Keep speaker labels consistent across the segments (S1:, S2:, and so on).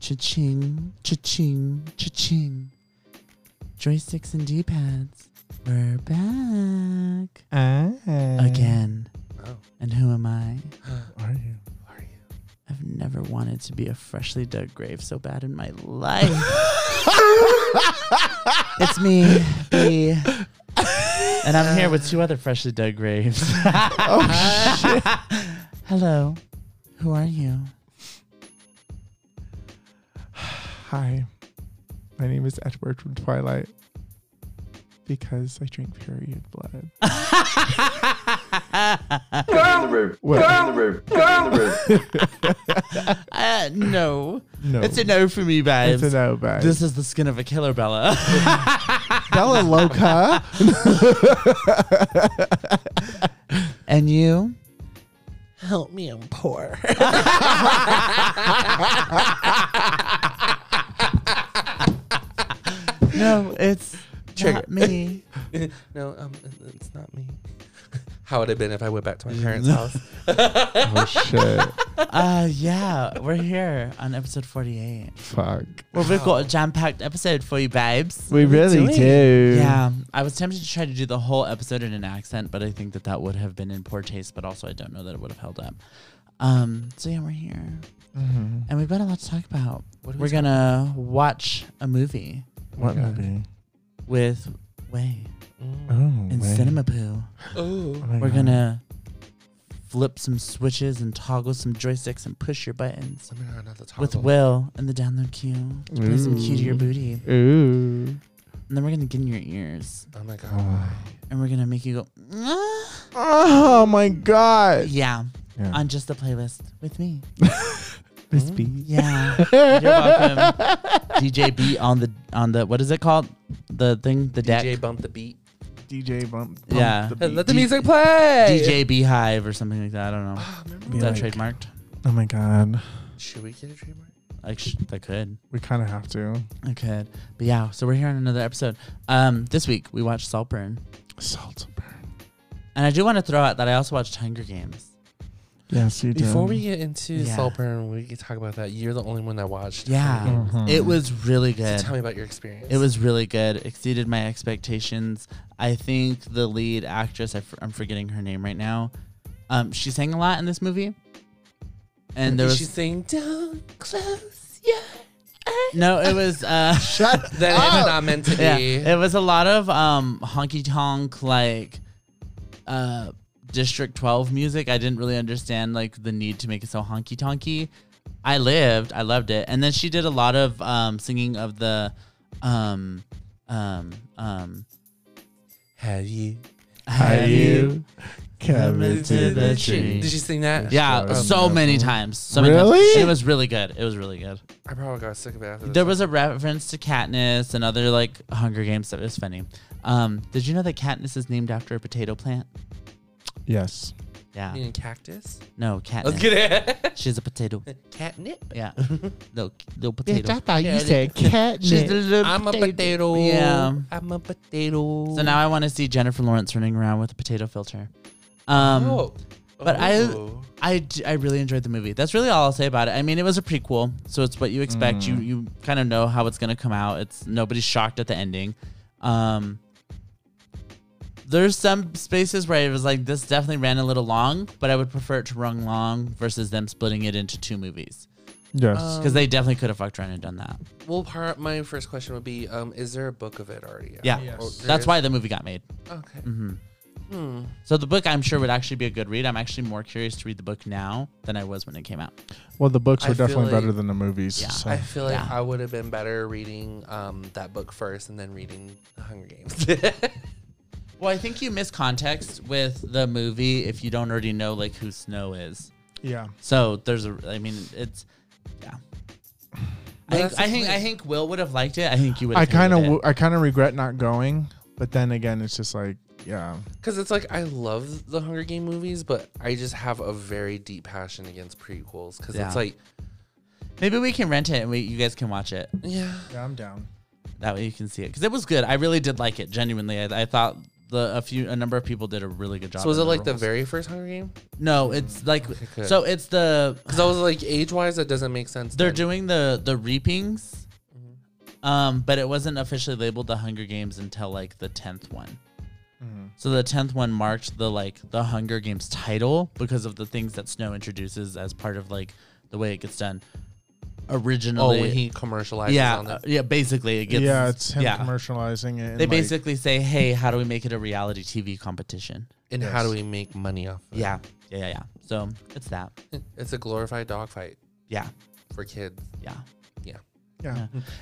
S1: Cha-ching, cha-ching, cha-ching. Joysticks and D-pads. We're back
S2: Ah.
S1: again.
S2: Oh.
S1: And who am I?
S2: Are you?
S1: I've never wanted to be a freshly dug grave so bad in my life. it's me, B. And I'm here with two other freshly dug graves. oh, shit. Hello. Who are you?
S2: Hi. My name is Edward from Twilight. Because I drink period blood. Well,
S1: Uh, no.
S2: no.
S1: It's a no for me, babes.
S2: It's a no, babe.
S1: This is the skin of a killer, Bella.
S2: Bella Loca.
S1: and you?
S3: Help me, I'm poor.
S1: No, it's
S3: Trigger.
S1: not me.
S3: no, um, it's not me. How would it have been if I went back to my parents' house?
S2: oh, shit.
S1: Uh, yeah, we're here on episode 48.
S2: Fuck.
S1: Well, we've got a jam-packed episode for you, babes.
S2: We really
S3: doing?
S2: do.
S1: Yeah, I was tempted to try to do the whole episode in an accent, but I think that that would have been in poor taste. But also, I don't know that it would have held up. Um, so yeah, we're here,
S2: Mhm.
S1: and we've got a lot to talk about.
S3: What are we
S1: we're gonna watch a movie
S2: What
S3: Okay.
S2: movie?
S1: with Way
S2: Oh,
S3: Mm.
S1: in
S2: wait.
S1: Cinema Poo.
S2: Oh
S3: Oh,
S2: my
S1: We're
S2: God.
S1: gonna flip some switches and toggle some joysticks and push your buttons
S3: let me know another toggle.
S1: with Will and the download cue. Play some cue to your
S2: Ooh.
S1: booty, and
S2: Ooh.
S1: then we're gonna get in your ears
S3: Oh my god.
S1: Uh,
S2: Oh.
S1: and we're gonna make you go. "Ah."
S2: Oh, my God.
S1: Yeah,
S2: Yeah.
S1: on just the playlist with me.
S2: Miss B.
S1: Yeah. You're welcome. DJ B on the on the what is it called? The thing, the deck.
S3: DJ bump the beat.
S2: DJ Bump. bump
S1: Yeah.
S2: the
S3: And let
S2: beat.
S3: the music play.
S1: DJ Beehive or something like that. I don't know.
S3: Oh, remember
S2: Be
S1: Is
S3: when-
S1: that
S2: like-
S1: trademarked?
S2: Oh, my God.
S3: Should we get a trademark?
S1: Like sh- that could.
S2: We kind of have to.
S1: I could. But yeah, so we're here on another episode. Um, this week we watched Saltburn,
S2: Salt and burn.
S1: and I do want to throw out that I also watched Hunger Games.
S2: Yes, you do.
S3: Before we get into
S1: Yeah.
S3: Saltburn, we can talk about that. You're the only one I watched.
S1: Yeah,
S2: Mhm.
S1: it was really good.
S3: So tell me about your experience.
S1: It was really good. Exceeded my expectations. I think the lead actress, I f- I'm forgetting her name right now. Um, she sang a lot in this movie, and there
S3: Is
S1: was
S3: she saying down close, yeah.
S1: no. It was uh,
S2: Shut
S3: That is not meant to be.
S1: yeah, it was a lot of um honky tonk like uh District 12 music. I didn't really understand like the need to make it so honky tonky. I lived, I loved it, and then she did a lot of um singing of the um um um.
S3: Have you?
S2: Are you coming
S1: coming
S2: to
S1: to
S2: the
S1: the
S2: tree?
S1: tree?
S3: Did she sing that?
S1: Yeah,
S2: Um,
S1: so
S2: yeah.
S1: many times. So many times.
S2: Really?
S1: It was really good. It was really good.
S3: I probably got sick of it after this
S1: There was a reference to Katniss and other like Hunger Games stuff. It was funny. Um, did you know that Katniss is named after a potato plant?
S2: Yes.
S1: Yeah.
S3: You mean cactus.
S1: No,
S3: Let's
S1: Katniss.
S3: get it.
S1: She's a potato.
S3: Catnip.
S1: Yeah. little, little potato.
S2: thought
S3: you said
S1: She's a
S2: catnip.
S1: little
S3: I'm a potato.
S1: Yeah.
S3: I'm a potato.
S1: So now I want to see Jennifer Lawrence running around with a potato filter. Um,
S3: oh.
S1: but I-
S3: Oh.
S1: I, d- I really enjoyed the movie. That's really all I'll say about it. I mean, it was a prequel, so it's what you expect. You you kind of know how it's gonna come out. It's nobody's shocked at the ending. Um, there's some spaces where I was like, this definitely ran a little long, but I would prefer it to run long versus them splitting it into two movies
S2: Yes.
S3: Um,
S1: because they definitely could have fucked around and done that.
S3: Well, part my first question would be: um, Is there a book of it already? out?
S1: Yeah,
S2: Yes.
S3: Oh, there
S1: that's
S3: is?
S1: why the movie got made.
S3: Okay.
S1: hmm
S3: Hmm.
S1: So the book, I'm sure, would actually be a good read. I'm actually more curious to read the book now than I was when it came out.
S2: well, the books
S3: I
S2: were
S3: feel
S2: definitely
S3: like-
S2: better than the movies.
S1: Yeah.
S2: so.
S3: I feel like
S1: yeah.
S3: I would have been better reading um that book first and then reading The Hunger Games.
S1: Well, I think you miss context with the movie if you don't already know like who Snow is.
S2: yeah.
S1: So there's a, I mean, it's, yeah. I think,
S3: that's the
S1: I think
S3: point.
S1: I think Will would have liked it. I think you would.
S2: I
S1: Have
S2: kind of
S1: hated it.
S2: w- I kind of regret not going, but then again, it's just like yeah.
S3: Because it's like I love the Hunger Game movies, but I just have a very deep passion against prequels. Because
S1: Yeah.
S3: it's like,
S1: Maybe we can rent it and we, you guys can watch it.
S3: yeah,
S2: Yeah, I'm down.
S1: That way you can see it because it was good. I really did like it. Genuinely, I, I thought the a few a number of people did a really good job.
S3: So was it
S1: in
S3: like the
S1: roles.
S3: very first Hunger Game?
S1: No, it's like
S3: good.
S1: so it's the
S3: Because I was like age wise, that doesn't make sense.
S1: they're
S3: then.
S1: doing the the reapings.
S3: Mm-hmm.
S1: Um, but it wasn't officially labeled the Hunger Games until like the tenth one.
S3: Mm-hmm.
S1: So the tenth one marked the like the Hunger Games title because of the things that Snow introduces as part of like the way it gets done.
S3: Oh,
S1: Originally,
S3: when he commercializes
S1: yeah,
S3: on
S1: uh,
S3: it.
S1: yeah. Basically, it gets
S2: yeah, it's him
S1: yeah.
S2: commercializing it.
S1: They basically say, "Hey, how do we make it a reality TV competition?"
S3: And how do we make money off of
S1: Yeah, yeah, yeah. yeah. So it's that.
S3: it? It's a glorified dogfight
S1: Yeah,
S3: for kids.
S1: yeah.
S2: yeah.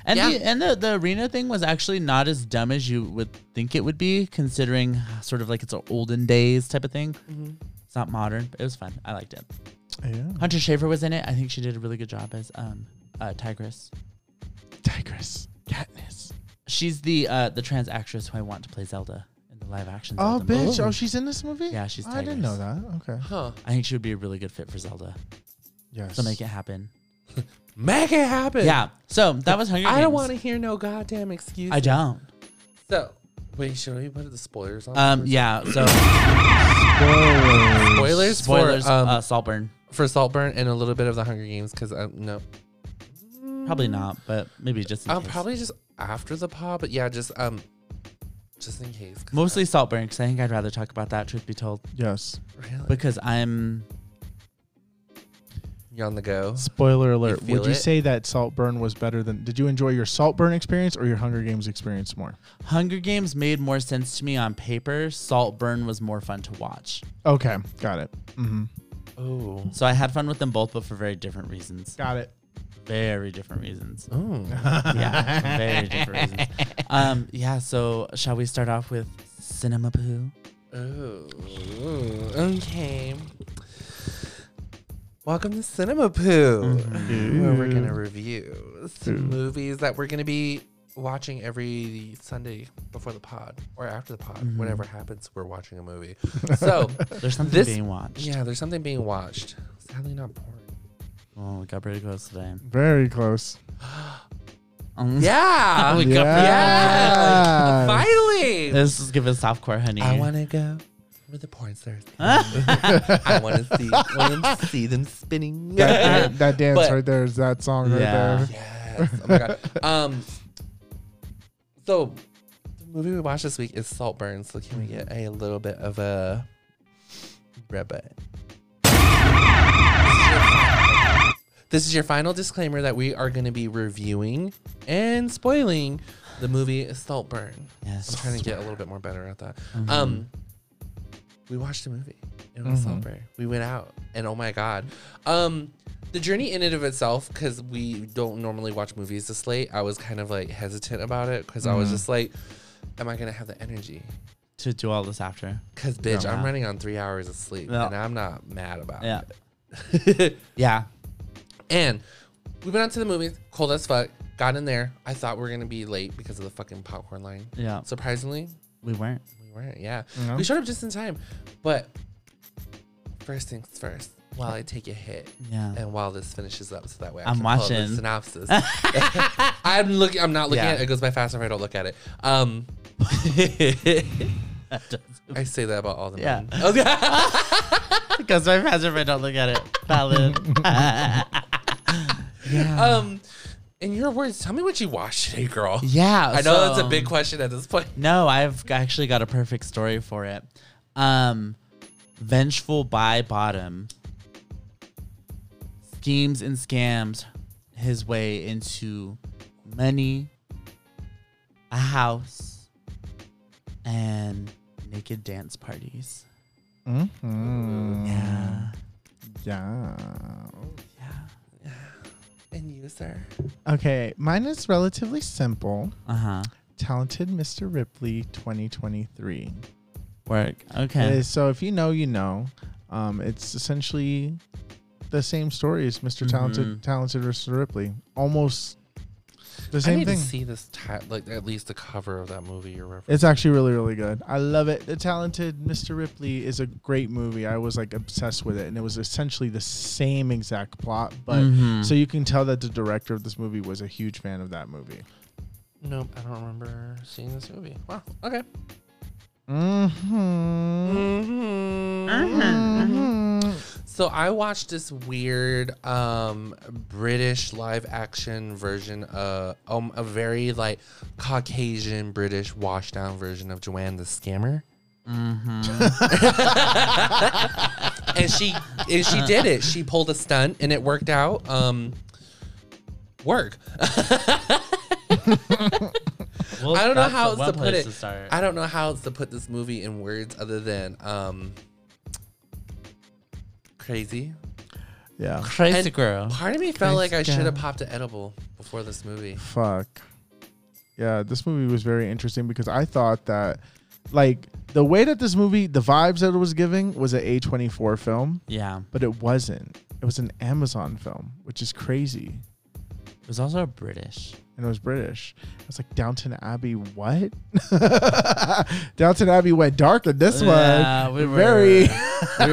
S1: And
S3: Yeah.
S1: the and the, the arena thing was actually not as dumb as you would think it would be, considering sort of like it's an olden days type of thing. It's not modern, but it was fun. I liked it.
S2: yeah.
S1: Hunter Schafer was in it. I think she did a really good job as um uh, Tigress.
S2: Tigress, Katniss.
S1: She's the uh the trans actress who I want to play Zelda in the live action.
S2: Oh,
S1: Zelda movie.
S2: bitch! Oh, she's in this movie.
S1: Yeah, she's
S2: I didn't know
S1: Tigress.
S2: that. Okay.
S3: Huh.
S1: I think she would be a really good fit for Zelda.
S2: Yes.
S1: So make it happen.
S3: Make it happen.
S1: Yeah. So that was Hunger
S3: I don't
S1: Games.
S3: want to hear no goddamn excuse.
S1: I don't.
S3: So, wait, should we put the spoilers on?
S1: Um.
S3: first?
S1: Yeah. So
S2: Spoilers.
S3: Spoilers,
S1: spoilers.
S3: for um,
S1: uh, Saltburn.
S3: for Saltburn and a little bit of the Hunger Games because um, no,
S1: Probably not, but maybe just. In
S3: um,
S1: case.
S3: probably just after the pod. But yeah, just um, just in case. 'cause
S1: Mostly Saltburn, because I think I'd rather talk about that, truth be told,
S2: Yes.
S3: I- really,
S1: because I'm.
S3: you're on the go.
S2: Spoiler alert.
S3: feel
S2: Would you
S3: it?
S2: say that Saltburn was better than? Did you enjoy your Saltburn experience or your Hunger Games experience more?
S1: Hunger Games made more sense to me on paper. Saltburn was more fun to watch.
S2: Okay, got it. Mm-hmm.
S3: Oh,
S1: So I had fun with them both, but for very different reasons.
S2: Got it.
S1: Very different reasons.
S3: oh,
S1: Yeah, very different reasons. Um, yeah, so shall we start off with Cinema Poo?
S3: oh, okay. Welcome to Cinema Poo,
S2: Mm-hmm.
S3: where we're gonna review some movies that we're gonna be watching every Sunday before the pod or after the pod, whatever happens. We're watching a movie, so.
S1: There's something
S3: This-
S1: being watched.
S3: Yeah, there's something being watched. Sadly, not porn.
S1: Oh, we got pretty close today.
S2: Very close.
S1: Um,
S3: Yeah.
S1: We got pretty
S3: Yeah.
S1: close.
S3: Finally.
S1: Let's just give it softcore, honey.
S3: I want to go where the porn stars. I want to see, want to see them spinning.
S2: That, that, that dance
S3: But-
S2: right there is that song right
S1: Yeah.
S2: there.
S3: Yes. Oh my god. Um. So, the movie we watched this week is Saltburn. So, can we get a little bit of a rabbit? This is your final disclaimer that we are going to be reviewing and spoiling the movie Saltburn.
S1: Yes. Mm-hmm.
S3: I'm trying to get a little bit more better at that. Um, we watched a movie. It was
S2: Mhm.
S3: Saltburn. We went out, and oh my god, um, the journey in and of itself, because we don't normally watch movies this late. I was kind of like hesitant about it because I was
S2: Mhm.
S3: just like, "Am I gonna have the energy?"
S1: to do all this after.
S3: Because bitch,
S1: Yeah.
S3: I'm running on three hours of sleep,
S1: Yeah.
S3: and I'm not mad about
S1: Yeah.
S3: it.
S1: Yeah.
S3: and we went out to the movies, cold as fuck. Got in there. I thought we were gonna be late because of the fucking popcorn line.
S1: Yeah.
S3: Surprisingly,
S1: We weren't.
S3: we weren't. Yeah.
S2: Yeah.
S3: We showed up just in time. But first things first, while I take a hit
S1: Yeah.
S3: and while this finishes up, so that way I
S1: I'm
S3: can pull up the
S1: watching.
S3: synopsis. I'm looking. I'm not looking
S1: Yeah.
S3: at it. It goes by faster if I don't look at it. Um, I say that about all the
S1: Yeah.
S3: men. Okay.
S1: Because my pastor friend don't look at it. Valid. yeah.
S3: Um, in your words, tell me what you watched today, girl.
S1: yeah.
S3: I know
S1: so- um,
S3: that's a big question at this point.
S1: No, I've g- actually got a perfect story for it. Um, Vengeful by Bottom schemes and scams his way into money, a house, and naked dance parties.
S2: Mhm.
S1: Yeah.
S2: Yeah.
S1: Yeah.
S3: And you, sir.
S2: Okay, mine is relatively simple.
S1: Uh huh.
S2: Talented Mr. Ripley 2023.
S1: Work. Okay.
S2: Uh, so if you know, you know. Um, it's essentially the same story as mister Talented,
S1: Mhm.
S2: Talented Mr. Ripley. Almost the
S3: I
S2: same
S3: need
S2: thing.
S3: to see this, ti- like at least the cover of that movie you're referencing.
S2: It's actually really, really good. I love it. The Talented Mr. Ripley is a great movie. I was like obsessed with it, and it was essentially the same exact plot, but
S1: Mhm.
S2: so you can tell that the director of this movie was a huge fan of that movie.
S3: Nope, I don't remember seeing this movie. Wow. Okay.
S2: Mm-hmm.
S3: Mm-hmm. So I watched this weird um, British live action version of um, a very like Caucasian British washdown version of Joanne the Scammer. Mm-hmm. and she and she did it. She pulled a stunt and it worked out. Um, work.
S1: Well,
S3: I don't know
S1: that's
S3: how else
S1: one
S3: to put
S1: place
S3: it.
S1: To start.
S3: I don't know how else to put this movie in words other than um, crazy.
S2: Yeah.
S1: Crazy
S3: And-
S1: girl.
S3: Part of me felt like I
S2: Crazy
S3: should have
S2: girl.
S3: popped an edible before this movie.
S2: Fuck. Yeah, this movie was very interesting because I thought that, like, the way that this movie, the vibes that it was giving was an A24 film,
S1: Yeah.
S2: but it wasn't. It was an Amazon film, which is crazy.
S1: It was also British.
S2: And it was British. I was like, Downton Abbey, what? Downton Abbey went dark in this
S1: Yeah,
S2: one.
S1: we were-
S2: very.
S1: we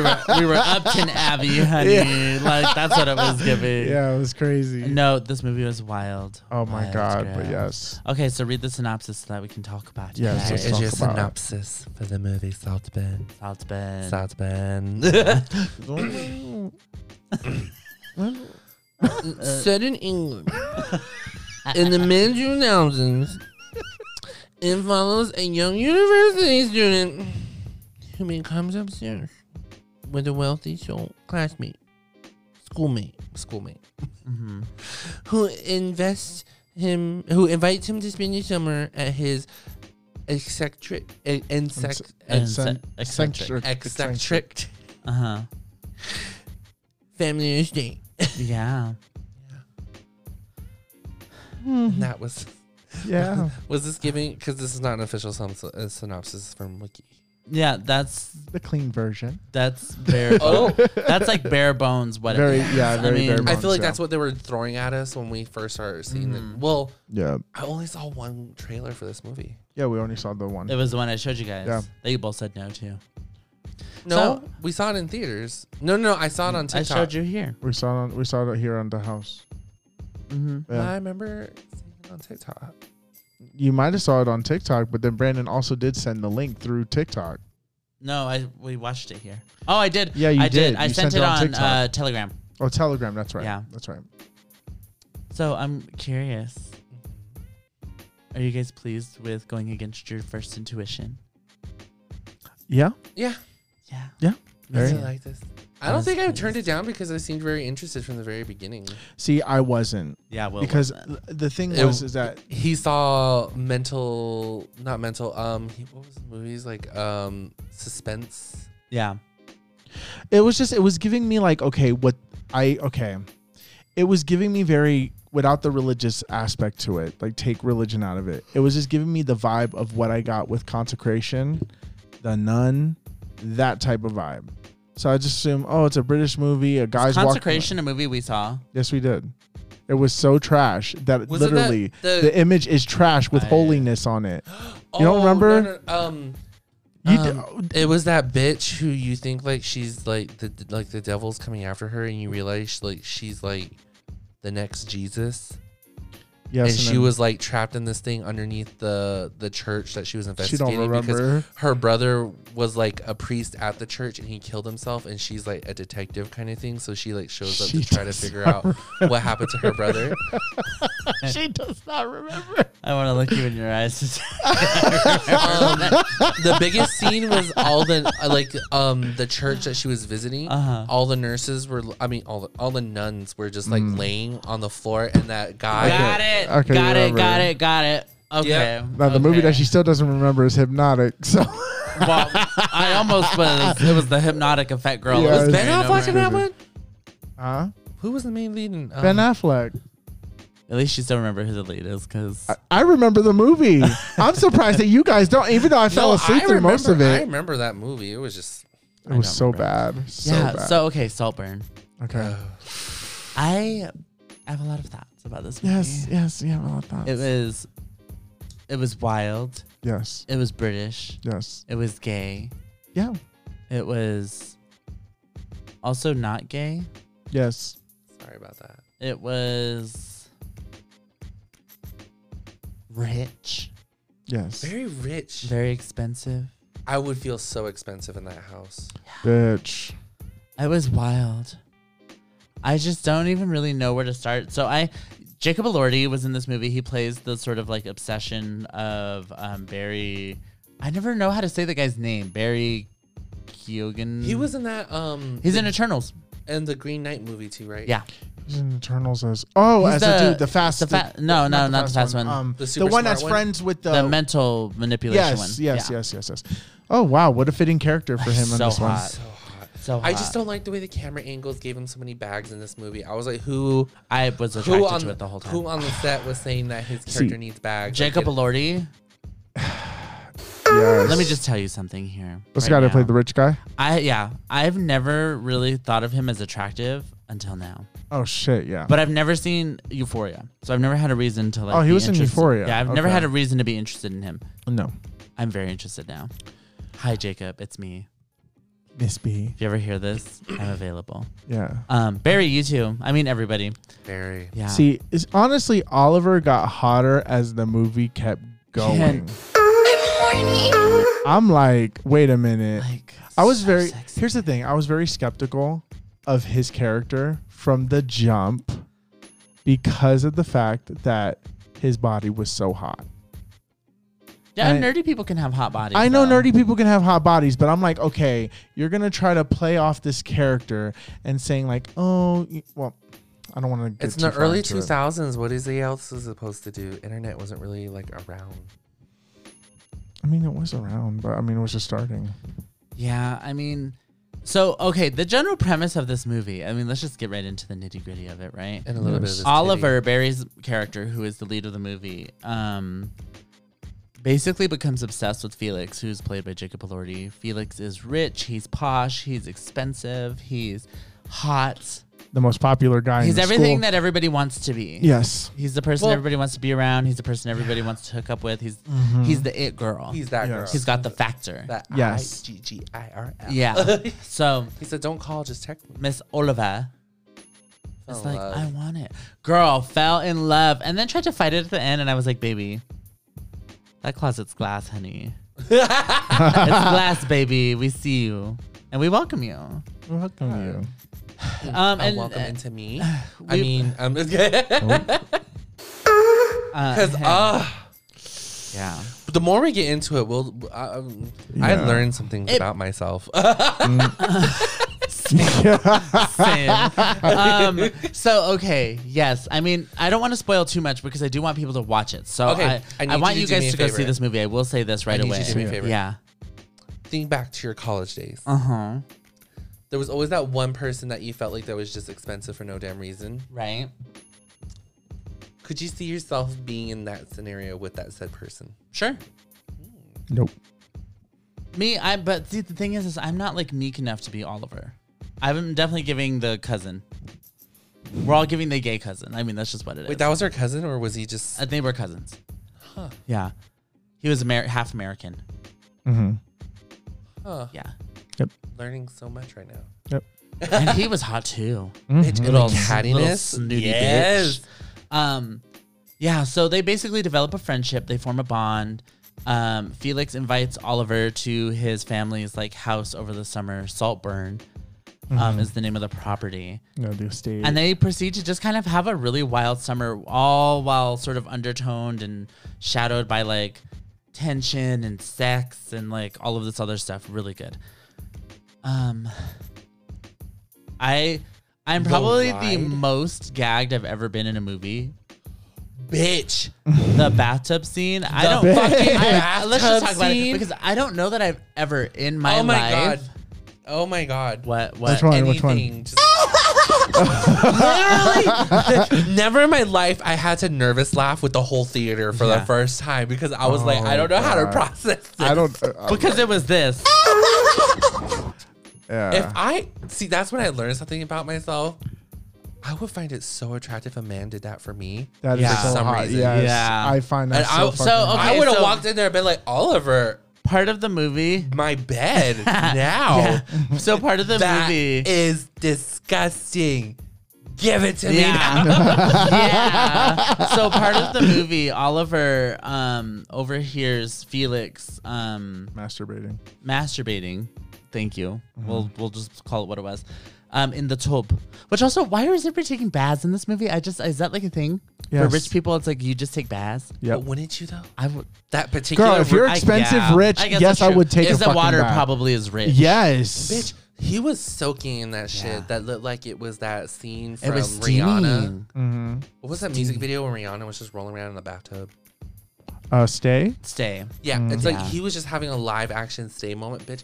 S1: were we were Upton Abbey, honey. Like that's what it was giving.
S2: yeah, it was crazy.
S1: No, this movie was wild.
S2: Oh my
S1: Wild,
S2: god, but
S1: girl.
S2: yes.
S1: Okay, so read the synopsis so that we can talk about it.
S2: Yes,
S1: Right.
S2: let's talk
S3: It's your
S2: about it.
S3: synopsis for the movie Saltburn.
S1: Sounds bad. Uh,
S3: Saltburn. Set in England in the mid 2000s, it follows a young university student who becomes obsessed with a wealthy soul classmate, schoolmate, schoolmate,
S1: Mhm.
S3: who invests him, who invites him to spend the summer at his eccentric, e- insect,
S1: And
S2: Eccen-
S1: sen- eccentric.
S3: eccentric
S1: Uh huh.
S3: family estate.
S1: Yeah.
S3: And that was
S2: Yeah.
S3: was this giving? Because this is not an official syn- uh, synopsis from Wiki.
S1: Yeah, that's
S2: the clean version.
S1: that's bare.
S3: Oh.
S1: that's like bare bones. What?
S2: Very-
S1: it is.
S2: yeah, very bare
S3: I
S2: bones.
S3: feel like
S2: Yeah.
S3: that's what they were throwing at us when we first started seeing it. Well,
S2: Yeah.
S3: I only saw one trailer for this movie.
S2: Yeah, we only saw the one.
S1: It was the one I showed you guys.
S2: Yeah.
S1: That you both said no to.
S3: No, we saw it in theaters. No, no, no, I saw it on
S1: I
S3: TikTok.
S1: showed you here.
S2: We saw it on, we saw it here on the house.
S1: Mm-hmm.
S3: I
S2: Yeah.
S3: remember seeing it on TikTok.
S2: You might have saw it on TikTok, but then Brandon also did send the link through TikTok.
S1: No, I we watched it here. Oh, I did.
S2: Yeah, you
S1: I did.
S2: did.
S1: I
S2: You
S1: sent,
S2: sent
S1: it
S2: it on
S1: on
S2: TikTok.
S1: uh, Telegram.
S2: Oh, Telegram. That's right.
S1: Yeah.
S2: That's right.
S1: So I'm curious. Are you guys pleased with going against your first intuition?
S2: Yeah.
S3: Yeah,
S1: Yeah.
S2: Yeah.
S1: Me
S2: Very
S3: I
S1: too.
S2: nice.
S3: like this. I don't
S1: was
S3: think I
S1: pleased.
S3: turned it down because I seemed very interested from the very beginning.
S2: See, I wasn't
S1: Yeah. Well,
S2: because
S1: wasn't.
S2: th- the thing
S3: It-
S2: was is that
S3: He saw mental, not mental. Um, he, what was the movies like? Um, suspense.
S1: yeah.
S2: it was just it was giving me like okay, what I okay, it was giving me very without the religious aspect to it. Like take religion out of it. It was just giving me the vibe of what I got with consecration, the nun, that type of vibe. So I just assume, oh, it's a British movie. A guy's
S1: Is
S2: walking-
S1: consecration, a movie we saw.
S2: Yes, we did. It was so trash that
S3: Was it that-
S2: literally
S3: the-
S2: the image is trash with
S1: I-
S2: holiness on it.
S3: Oh,
S2: You don't remember?
S3: no, no, um,
S2: You
S3: Um, it was that bitch who you think like she's like the like the devil's coming after her, and you realize like she's like the next Jesus,
S2: d- yes,
S3: and
S2: and
S3: she
S2: then
S3: was like trapped in this thing underneath the the church that she was
S2: She don't
S3: investigating because
S2: remember.
S3: her brother was like a priest at the church and he killed himself, and she's like a detective kind of thing. So she like shows up
S2: She
S3: to try to
S2: does
S3: figure out what happened to her brother.
S2: she does not remember.
S1: I want to look you in your eyes.
S3: um, the biggest scene was all the uh, like um the church that she was visiting.
S1: Uh-huh.
S3: All the nurses were, I mean, all the, all the nuns were just like
S2: Mm.
S3: laying on the floor, and that guy.
S1: got it.
S2: Okay,
S1: got it.
S2: remember.
S1: Got it. Got it. Okay.
S3: Yeah.
S2: Now the movie
S1: okay.
S2: that she still doesn't remember is Hypnotic. So
S1: Well, I almost was. It was the hypnotic effect girl.
S2: Yeah,
S1: It
S2: it was
S3: Ben
S1: Mary
S3: Affleck
S1: Nomer.
S3: in that one.
S2: huh?
S3: Who was the main lead? In, um,
S2: Ben Affleck.
S1: At least you still remember who the lead is, because
S2: I, I remember the movie. I'm surprised that you guys don't, even though I
S3: No,
S2: fell asleep
S3: I
S2: through most of
S3: remember- I
S2: it.
S3: remember that movie. It was just.
S2: it was
S1: don't
S2: so
S1: remember.
S2: bad. So
S1: yeah.
S2: bad.
S1: So okay, Saltburn.
S2: okay.
S1: I have a lot of thoughts about this movie.
S2: Yes, yes, yeah, well, thoughts.
S1: It was it was wild.
S2: yes,
S1: It was British.
S2: yes,
S1: It was gay.
S2: yeah,
S1: It was also not gay.
S2: yes.
S3: Sorry about that.
S1: It was rich.
S2: Yes.
S3: Very rich.
S1: Very expensive.
S3: I would feel so expensive in that house.
S2: Bitch.
S1: It was wild. I just don't even really know where to start. So I, Jacob Elordi was in this movie. He plays the sort of like obsession of um, Barry. I never know how to say the guy's name. Barry Keoghan.
S3: He was in that um
S1: Mm. He's
S3: the-
S1: in Eternals.
S3: in the Green Knight movie too, right?
S1: Yeah.
S2: He's in Eternals as oh,
S1: He's
S2: as the, dude, the fast,
S1: the fa- no, no, not the fast one.
S2: Um,
S3: The
S2: the,
S3: super
S2: one
S3: smart
S2: that's
S3: one?
S2: friends with the,
S1: The, mental manipulation
S2: yes,
S1: one.
S2: yes,
S1: Yeah.
S2: yes, yes, yes. Oh wow, what a fitting character for him in
S1: So
S2: this one.
S1: hot.
S3: So hot.
S1: So
S3: I just
S1: hot.
S3: don't like the way the camera angles gave him so many bags in this movie. I was like, who
S1: I was
S3: who
S1: attracted
S3: on
S1: to it the whole time.
S3: who on the set was saying that his character needs bags? Like,
S1: Jacob
S3: it-
S1: Elordi.
S2: Yes.
S1: Let me just tell you something here.
S2: This
S1: right
S2: guy that
S1: now.
S2: played the rich guy.
S1: I yeah. I've never really thought of him as attractive until now.
S2: Oh shit, yeah.
S1: But I've never seen Euphoria, so I've never had a reason to like.
S2: Oh, he
S1: be
S2: was in
S1: interested.
S2: Euphoria.
S1: Yeah, I've never
S2: Okay.
S1: had a reason to be interested in him.
S2: no,
S1: I'm very interested now. Hi, Jacob. It's me.
S2: Miss B.
S1: If you ever hear this, I'm available.
S2: Yeah.
S1: Um, Barry, you too. I mean, everybody.
S3: Very.
S1: Yeah.
S2: See, is honestly Oliver got hotter as the movie kept going.
S1: Ken-
S2: I'm like, wait a minute.
S1: like
S2: I was
S1: so
S2: very.
S1: sexy.
S2: Here's the thing. I was very skeptical of his character from the jump because of the fact that his body was so hot.
S1: Yeah,
S2: I-
S1: nerdy people can have hot bodies.
S2: I know
S1: though.
S2: nerdy people can have hot bodies, but I'm like, okay, you're gonna try to play off this character and saying like, oh, y- well, I don't want to.
S3: It's in the early 2000s. What is he else is supposed to do? Internet wasn't really like around.
S2: I mean, it was around, but I mean, it was just starting.
S1: Yeah, I mean, so okay, the general premise of this movie. I mean, let's just get right into the nitty gritty of it, right?
S3: And a little bit of
S2: Yes.
S3: this
S1: Mm-hmm. Oliver Barry's character, who is the lead of the movie, um, basically becomes obsessed with Felix, who's played by Jacob Elordi. Felix is rich, he's posh, he's expensive, he's hot,
S2: The most popular guy. in
S1: he's
S2: the
S1: everything
S2: school.
S1: that everybody wants to be.
S2: Yes.
S1: He's the person
S3: Well-
S1: everybody wants to be around. He's the person everybody wants to hook up with. He's he's the it girl.
S3: Mm-hmm. He's that
S2: Yes.
S3: girl.
S1: he's got the factor.
S3: that
S2: Yes.
S3: I G G I R L.
S1: Yeah. so
S3: He said, "Don't call, just text me."
S1: Miss Oliver
S3: Fell
S1: It's
S3: in
S1: like,
S3: love.
S1: I want it. Girl fell in love and then tried to fight it at the end. And I was like, baby, that closet's glass, honey. it's glass, baby. We see you and we welcome you. Um,
S2: Welcome you.
S3: I
S1: and
S3: welcome
S1: uh,
S3: into me. I
S1: we-
S3: mean, I'm just kidding.
S1: uh,
S3: Because
S1: hey,
S3: uh,
S1: yeah,
S3: the more we get into it, we'll. I um, I
S2: Yeah.
S3: learned some things about myself.
S1: Same. um, so okay, yes. I mean, I don't want to spoil too much because I do want people to watch it. So
S3: Okay,
S1: I,
S3: I
S1: I,
S3: need
S1: want
S3: you to
S1: you
S3: do me
S1: guys
S3: a
S1: to go
S3: favor.
S1: see this movie. I will say this right
S3: need you
S1: away.
S3: to do me a favor.
S1: Yeah.
S3: Think back to your college days.
S1: Uh huh.
S3: There was always that one person that you felt like that was just expensive for no damn reason.
S1: Right.
S3: Could you see yourself being in that scenario with that said person?
S1: Sure.
S2: Nope.
S1: Me, I but see the thing is, is I'm not like meek enough to be Oliver. I'm definitely giving the cousin. We're all giving the gay cousin. I mean, that's just what it is.
S3: Wait, that was her cousin, or was he just?
S1: I think we're cousins. Yeah, he was Amer- half American.
S2: Mm-hmm.
S3: Huh,
S1: Yeah,
S3: learning so much right now.
S1: and he was hot too.
S2: Mm-hmm.
S3: Bitch, and
S1: Little
S3: the
S1: little
S3: Mm-hmm. cattiness.
S1: snooty
S3: yes.
S1: bitch. Um, yeah. So they basically develop a friendship. They form a bond. Um, Felix invites Oliver to his family's like house over the summer. Saltburn um,
S3: Mm-hmm.
S1: is the name of the property.
S2: No, the stage.
S1: And they proceed to just kind of have a really wild summer, all while sort of undertoned and shadowed by like tension and sex and like all of this other stuff. Really good. Um, I I'm
S3: The
S1: probably the
S3: ride?
S1: most gagged I've ever been in a movie.
S3: Bitch.
S1: The bathtub scene. I don't
S2: The
S1: fucking. I- I- let's just
S3: bathtub
S1: talk about
S3: scene?
S1: it because I don't know that I've ever in my,
S3: oh my
S1: life.
S3: god. Oh my god.
S1: What
S2: Which
S1: what?
S2: one? which
S3: Anything. Just- Literally, never in my life I had to nervous laugh with the whole theater for the
S1: Yeah.
S3: first time because I was like, I
S2: Oh,
S3: don't know how to
S2: God.
S3: process this.
S2: I don't. Uh, uh,
S1: Because it was this.
S3: If
S2: yeah.
S3: I see, that's when I learned something about myself. I would find it so attractive if a man did that for me.
S2: That is
S1: Yeah.
S2: so
S3: some
S2: hot.
S3: reason.
S2: Yes.
S1: Yeah.
S2: I find that
S3: And I,
S2: so,
S3: so
S2: fucking hot.
S1: okay,
S3: I would have
S1: so-
S3: walked in there and been like, Oliver,
S1: Part of the movie.
S3: my bed now.
S1: Yeah. So part of the
S3: That
S1: movie.
S3: is disgusting. Give it to me. now.
S1: Yeah. yeah. So part of the movie, Oliver um, overhears Felix um,
S2: masturbating.
S1: masturbating. Thank you.
S2: Mm-hmm.
S1: We'll we'll just call it what it was. Um, in the tub. Which also, why is everybody taking baths in this movie? I just is that like a thing for
S2: Yes.
S1: rich people? It's like you just take baths.
S2: Yep.
S3: But wouldn't you though?
S1: I would.
S3: That particular
S2: Girl, if you're
S3: I-
S2: expensive,
S1: yeah.
S2: rich,
S1: I guess
S2: yes,
S1: that's
S2: I
S1: true.
S2: would take
S1: Is
S2: a
S1: the
S2: fucking
S1: water
S2: bath.
S1: probably is rich?
S2: Yes.
S3: bitch, he was soaking in that shit.
S1: Yeah.
S3: That looked like it was that scene from
S1: It was
S3: Rihanna.
S1: steaming.
S2: Mm-hmm.
S3: What was that music video when Rihanna was just rolling around in the bathtub?
S2: Uh, stay.
S1: Stay.
S3: Yeah,
S2: Mm.
S3: it's
S1: Yeah.
S3: like he was just having a live action stay moment, bitch.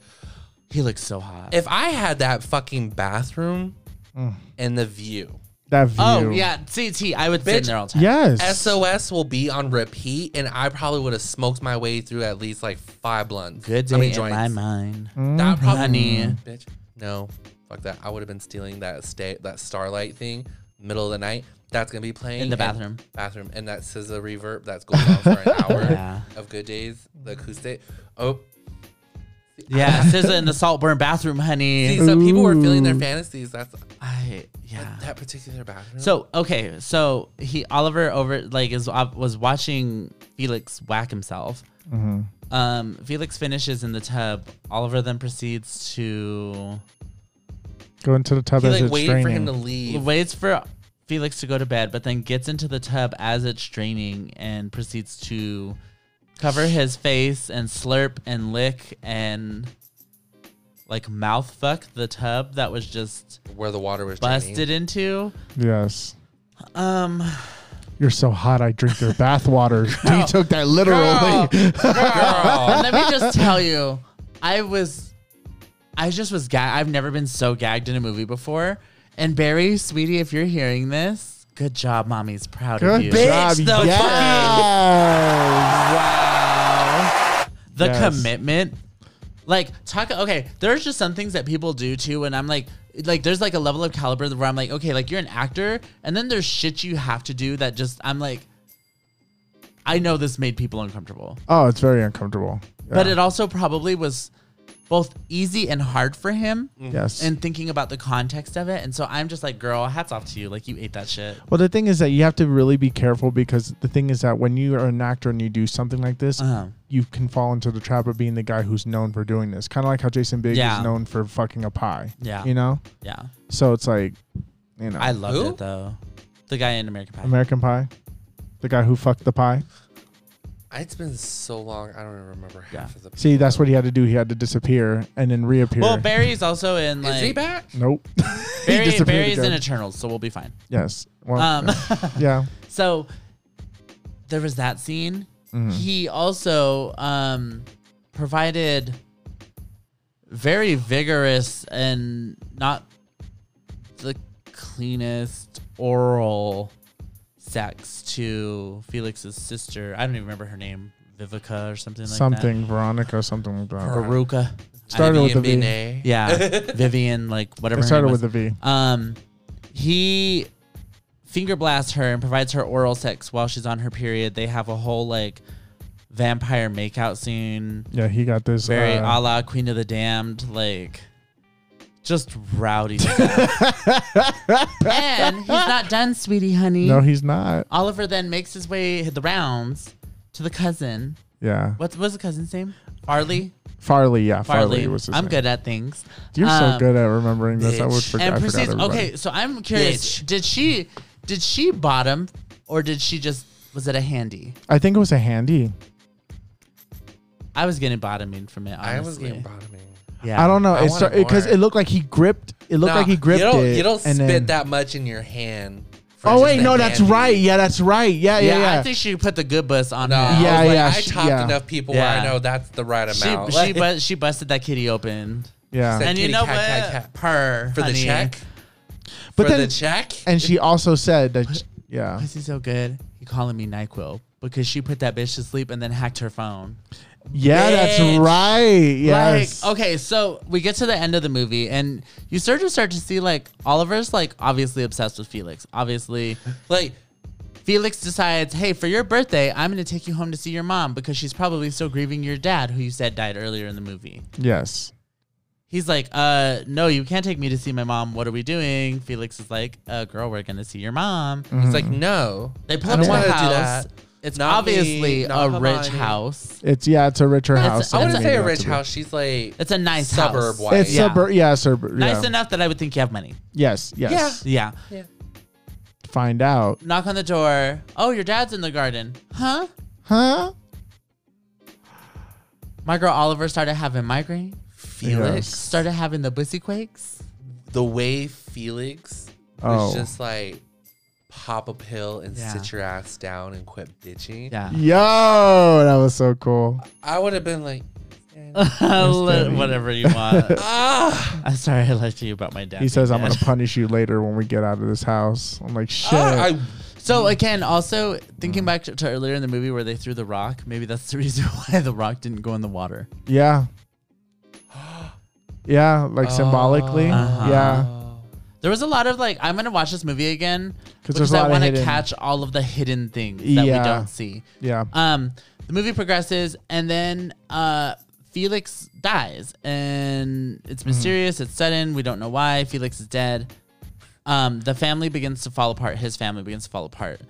S1: He looks so hot.
S3: If I had that fucking bathroom
S2: Mm.
S3: and the view,
S2: That view.
S1: oh yeah, CT. I would sit in
S3: Bitch.
S1: there all the time.
S2: Yes.
S3: SOS will be on repeat, and I probably would have smoked my way through at least like five blunts.
S1: Good day
S3: I mean,
S1: in
S3: joints.
S1: my mind.
S3: That probably,
S1: Honey.
S3: bitch. No, fuck that. I would have been stealing that stay that starlight thing, middle of the night. That's gonna be playing
S1: In the
S3: and-
S1: bathroom.
S3: bathroom, and that scissor reverb that's going on for an hour
S1: Yeah.
S3: of good days. The acoustic. Oh,
S1: Yeah, SZA in the Saltburn bathroom, honey.
S3: see, some people were feeling their
S2: Ooh.
S3: fantasies. That's
S1: I yeah.
S3: that particular bathroom.
S1: So okay, so he Oliver over like is uh, was watching Felix whack himself.
S2: Mhm.
S1: Um, Felix finishes in the tub. Oliver then proceeds to
S2: Go into the tub
S3: he
S2: as
S3: like
S2: it's
S3: waited
S2: draining.
S3: for him to leave.
S1: waits for Felix to go to bed, but then gets into the tub as it's draining and proceeds to cover his face and slurp and lick and like mouth fuck the tub that was just
S3: where the water was
S1: busted into.
S2: yes.
S1: Um.
S2: You're so hot. I drink your bath water. he took that literally.
S1: And let me just tell you, I was, I just was gagged. I've never been so gagged in a movie before. And Barry, sweetie, if you're hearing this, good job, mommy's proud of you.
S2: Good job.
S1: the fucking-
S2: yes.
S1: Wow. The
S2: Yes.
S1: commitment. Like talk okay, there's just some things that people do too and I'm like like there's like a level of caliber where I'm like, okay, like you're an actor and then there's shit you have to do that just I'm like I know this made people uncomfortable.
S2: Oh, it's very uncomfortable.
S1: But
S2: Yeah.
S1: it also probably was both easy and hard for him
S2: yes.
S1: and thinking about the context of it. And so I'm just like, girl, hats off to you. Like you ate that shit.
S2: Well, the thing is that you have to really be careful because the thing is that when you are an actor and you do something like this,
S1: Uh-huh.
S2: you can fall into the trap of being the guy who's known for doing this. Kind of like how Jason Biggs
S1: Yeah.
S2: is known for fucking a pie.
S1: Yeah.
S2: You know?
S1: Yeah.
S2: So it's like, you know,
S1: I loved
S3: Who?
S1: it though. The guy in American Pie.
S2: American Pie, the guy who fucked the pie.
S3: It's been so long. I don't even remember half of the.
S2: See, that's what he had to do. He had to disappear and then reappear.
S1: Well, Barry's also in like
S3: Is he back?
S2: nope.
S1: Barry,
S2: disappeared
S1: Barry's in
S2: again.
S1: Eternals, so we'll be fine.
S2: yes. Well,
S1: Um,
S2: yeah.
S1: so there was that scene.
S2: Hmm. Mm.
S1: He also um, provided very vigorous and not the cleanest oral sex to Felix's sister. I don't even remember her name, Vivica or something like that.
S2: something, Veronica, something like that.
S3: Ver-
S1: Veruca.
S2: Started with the V.
S3: IBNA.
S1: Yeah, Vivian, like whatever.
S2: It
S1: her
S2: started
S1: name
S2: with
S1: was.
S2: a V.
S1: Um, he finger blasts her and provides her oral sex while she's on her period. They have a whole like vampire makeout scene,
S2: Yeah, he got this.
S1: very a
S2: uh,
S1: la Queen of the Damned, like just rowdy stuff. and he's not done, sweetie, honey.
S2: no, he's not.
S1: Oliver then makes his way the rounds to the cousin.
S2: Yeah.
S1: What was the cousin's name? Farley.
S2: Farley, yeah. Farley,
S1: Farley.
S2: was his
S1: I'm
S2: name.
S1: good at things.
S2: You're so
S1: Um,
S2: good at remembering this. I would
S3: bitch.
S2: forget.
S1: and
S2: I forgot
S1: proceeds.
S2: everybody.
S1: Okay, so I'm curious.
S3: Bitch.
S1: Did she did she bottom or did she just was it a handy?
S2: I think it was a handy.
S1: I was getting bottoming from it. Honestly.
S3: I was getting bottoming.
S1: Yeah,
S2: I don't know. It
S3: I wanted
S2: started because
S3: more.
S2: it looked like he gripped. It looked
S3: Nah,
S2: like he gripped
S3: you don't,
S2: it.
S3: You don't
S2: and
S3: spit
S2: then-
S3: that much in your hand. for
S2: Oh
S3: just
S2: wait,
S3: a
S2: no, that's
S3: handy.
S2: right. Yeah, that's right. Yeah,
S1: Yeah,
S2: yeah, yeah.
S1: I think she put the good bus on.
S3: No,
S1: her.
S2: Yeah,
S3: I, was like,
S2: yeah,
S3: I
S2: sh-
S3: topped
S2: yeah.
S3: enough people where
S1: Yeah.
S3: I know that's the right
S1: she
S3: amount.
S1: she,
S3: Like,
S1: bu- she busted that kitty open.
S2: yeah.
S3: Said
S1: and you
S3: kitty,
S1: know
S3: cat,
S1: what?
S3: cat, cat.
S1: Purr
S3: for the
S1: honey.
S3: check.
S2: but
S3: for
S2: then,
S3: the check.
S2: and she also said that. sh- yeah,
S1: This is so good. He calling me Nyquil because she put that bitch to sleep and then hacked her phone.
S2: yeah, that's
S3: bitch.
S2: right. Yes.
S1: Like, okay, so we get to the end of the movie, and you sort of start to see like Oliver's like obviously obsessed with Felix. Obviously,
S3: like,
S1: Felix decides, hey, for your birthday, I'm going to take you home to see your mom because she's probably still grieving your dad, who you said died earlier in the movie.
S2: Yes.
S1: He's like, uh, no, you can't take me to see my mom. What are we doing? Felix is like, uh, girl, we're gonna see your mom.
S3: He's like, no.
S1: They pull
S3: I
S1: up to
S3: don't
S1: the
S3: wanna do
S1: house.
S3: that.
S1: It's
S3: Not
S1: obviously
S3: me, not
S1: a rich
S3: Hermione.
S1: house.
S2: It's yeah, it's a richer house.
S1: I
S3: I
S2: than it
S1: wouldn't
S3: wouldn't
S2: made
S3: say
S2: it
S3: a
S2: out
S3: rich
S2: to be.
S3: house. She's like
S1: It's a nice
S3: suburb
S1: house.
S3: white.
S2: It's
S1: Yeah.
S2: suburb. Yeah, suburb.
S1: Nice
S2: yeah.
S1: enough that I would think you have money.
S2: Yes, yes.
S1: Yeah.
S2: Find out,
S1: Knock on the door. Oh, your dad's in the garden. Huh?
S2: huh?
S1: My girl Oliver started having migraine.
S3: Felix.
S2: Yes.
S1: Started having the bussy quakes.
S3: The way Felix was
S2: Oh.
S3: just like pop a pill and
S1: Yeah.
S3: sit your ass down and quit bitching.
S1: Yeah.
S2: Yo, that was so cool.
S3: I would have been like, eh,
S1: Let- Whatever you want.
S3: ah,
S1: I'm sorry I lied to you about my dad.
S2: He says, "I'm
S1: being
S2: gonna
S1: dead."
S2: punish you later when we get out of this house." I'm like, "Shit."
S3: ah, I
S1: So again, also thinking back to, to earlier in the movie where they threw the rock, maybe that's the reason why the rock didn't go in the water.
S2: yeah, yeah, like
S3: Oh,
S2: symbolically,
S1: Uh-huh.
S2: yeah.
S1: There was a lot of like, I'm gonna watch this movie again
S2: there's
S1: because
S2: a
S1: I
S2: lot of
S1: want to
S2: hidden-
S1: catch all of the hidden things that we
S2: Yeah.
S1: don't see.
S2: Yeah.
S1: Um, the movie progresses, and then uh, Felix dies, and it's mysterious. It's sudden. We don't know why. Felix is dead. Um, the family begins to fall apart. His family begins to fall apart.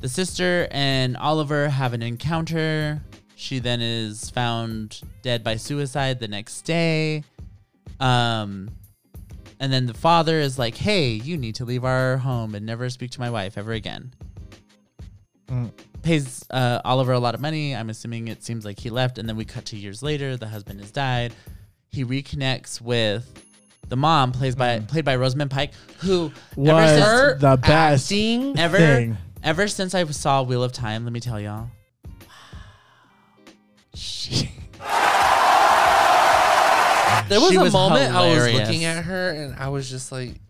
S1: The sister and Oliver have an encounter. She then is found dead by suicide the next day. Um, and then the father is like, "Hey, you need to leave our home and never speak to my wife ever again."
S2: Mm.
S1: Pays uh, Oliver a lot of money. I'm assuming it seems like he left, and then we cut to years later. The husband has died. He reconnects with the mom, plays by played by Rosamund Pike, who ever
S2: Mm. Was
S1: since Ah,
S2: the best
S3: acting
S1: ever
S2: thing.
S1: ever since I saw Wheel of Time. Let me tell y'all,
S2: She-
S1: there
S3: There was a moment I was
S1: hilarious.
S3: looking at her and I was just like,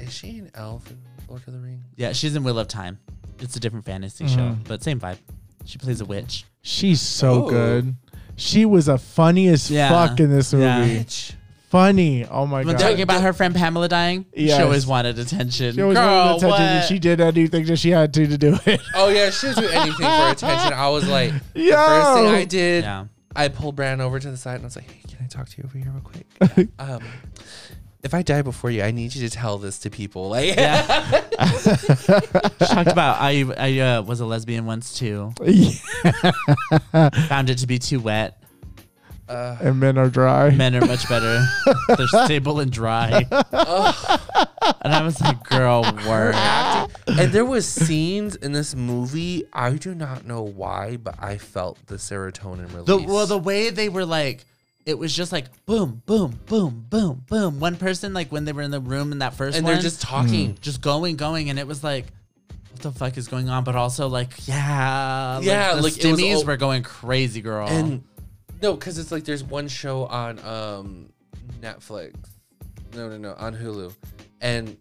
S3: is she an elf in Lord of the Rings?
S1: Yeah, she's in Wheel of Time. It's a different fantasy show,
S2: Mm-hmm.
S1: but same vibe. She plays a witch.
S3: Oh
S2: She's so
S3: Ooh.
S2: good. She was a funny as
S1: Yeah.
S2: fuck in this movie.
S1: Yeah.
S3: Bitch.
S2: Funny. Oh my
S1: When
S2: god.
S1: talking about her friend Pamela dying,
S2: Yes.
S1: she always wanted attention.
S2: She always
S1: Girl,
S2: wanted attention and
S1: what?
S2: she did anything that she had to to do it.
S3: Oh yeah, she'll do anything for attention. I was like, the first thing
S2: Yo.
S3: I did,
S1: yeah.
S3: I pulled Brand over to the side and I was like, hey, can I talk to you over here real quick? um, if I die before you, I need you to tell this to people. Like,
S1: She talked about I I uh, was a lesbian once too. Found it to be too wet.
S3: uh,
S2: and men are dry.
S1: Men are much better. They're stable and dry. and I was like, girl, word.
S3: and there was scenes in this movie. I do not know why, but I felt the serotonin release.
S1: The well, the way they were like, it was just like boom, boom, boom, boom, boom. One person like when they were in the room in that first
S3: and
S1: one,
S3: they're just talking.
S1: just going, going, and it was like, what the fuck is going on? But also like, yeah,
S3: Yeah,
S1: the
S3: like, it was
S1: stimmies
S3: all-
S1: were going crazy, girl.
S3: And
S1: Uh-huh.
S3: no, because it's like there's one show on um Netflix. No, no, no, on Hulu, and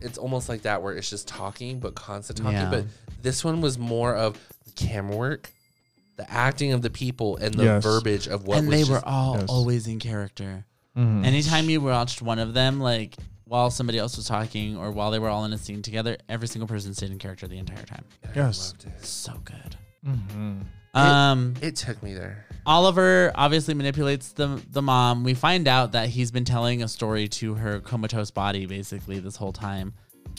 S3: it's almost like that where it's just talking, but constant talking.
S1: Yeah.
S3: But this one was more of the camera work, the acting of the people, and the
S2: Yes.
S3: verbiage of what.
S1: and
S3: was
S1: they
S3: just- Mm-hmm.
S1: were all
S2: Yes.
S1: always in character.
S2: Mhm.
S1: Anytime you watched one of them, like while somebody else was talking or while they were all in a scene together, every single person stayed in character the entire time.
S2: Yes.
S3: Loved it.
S1: So good.
S2: Mhm.
S1: Um,
S3: It took me there.
S1: Oliver obviously manipulates the the mom. We find out that he's been telling a story to her comatose body basically this whole time.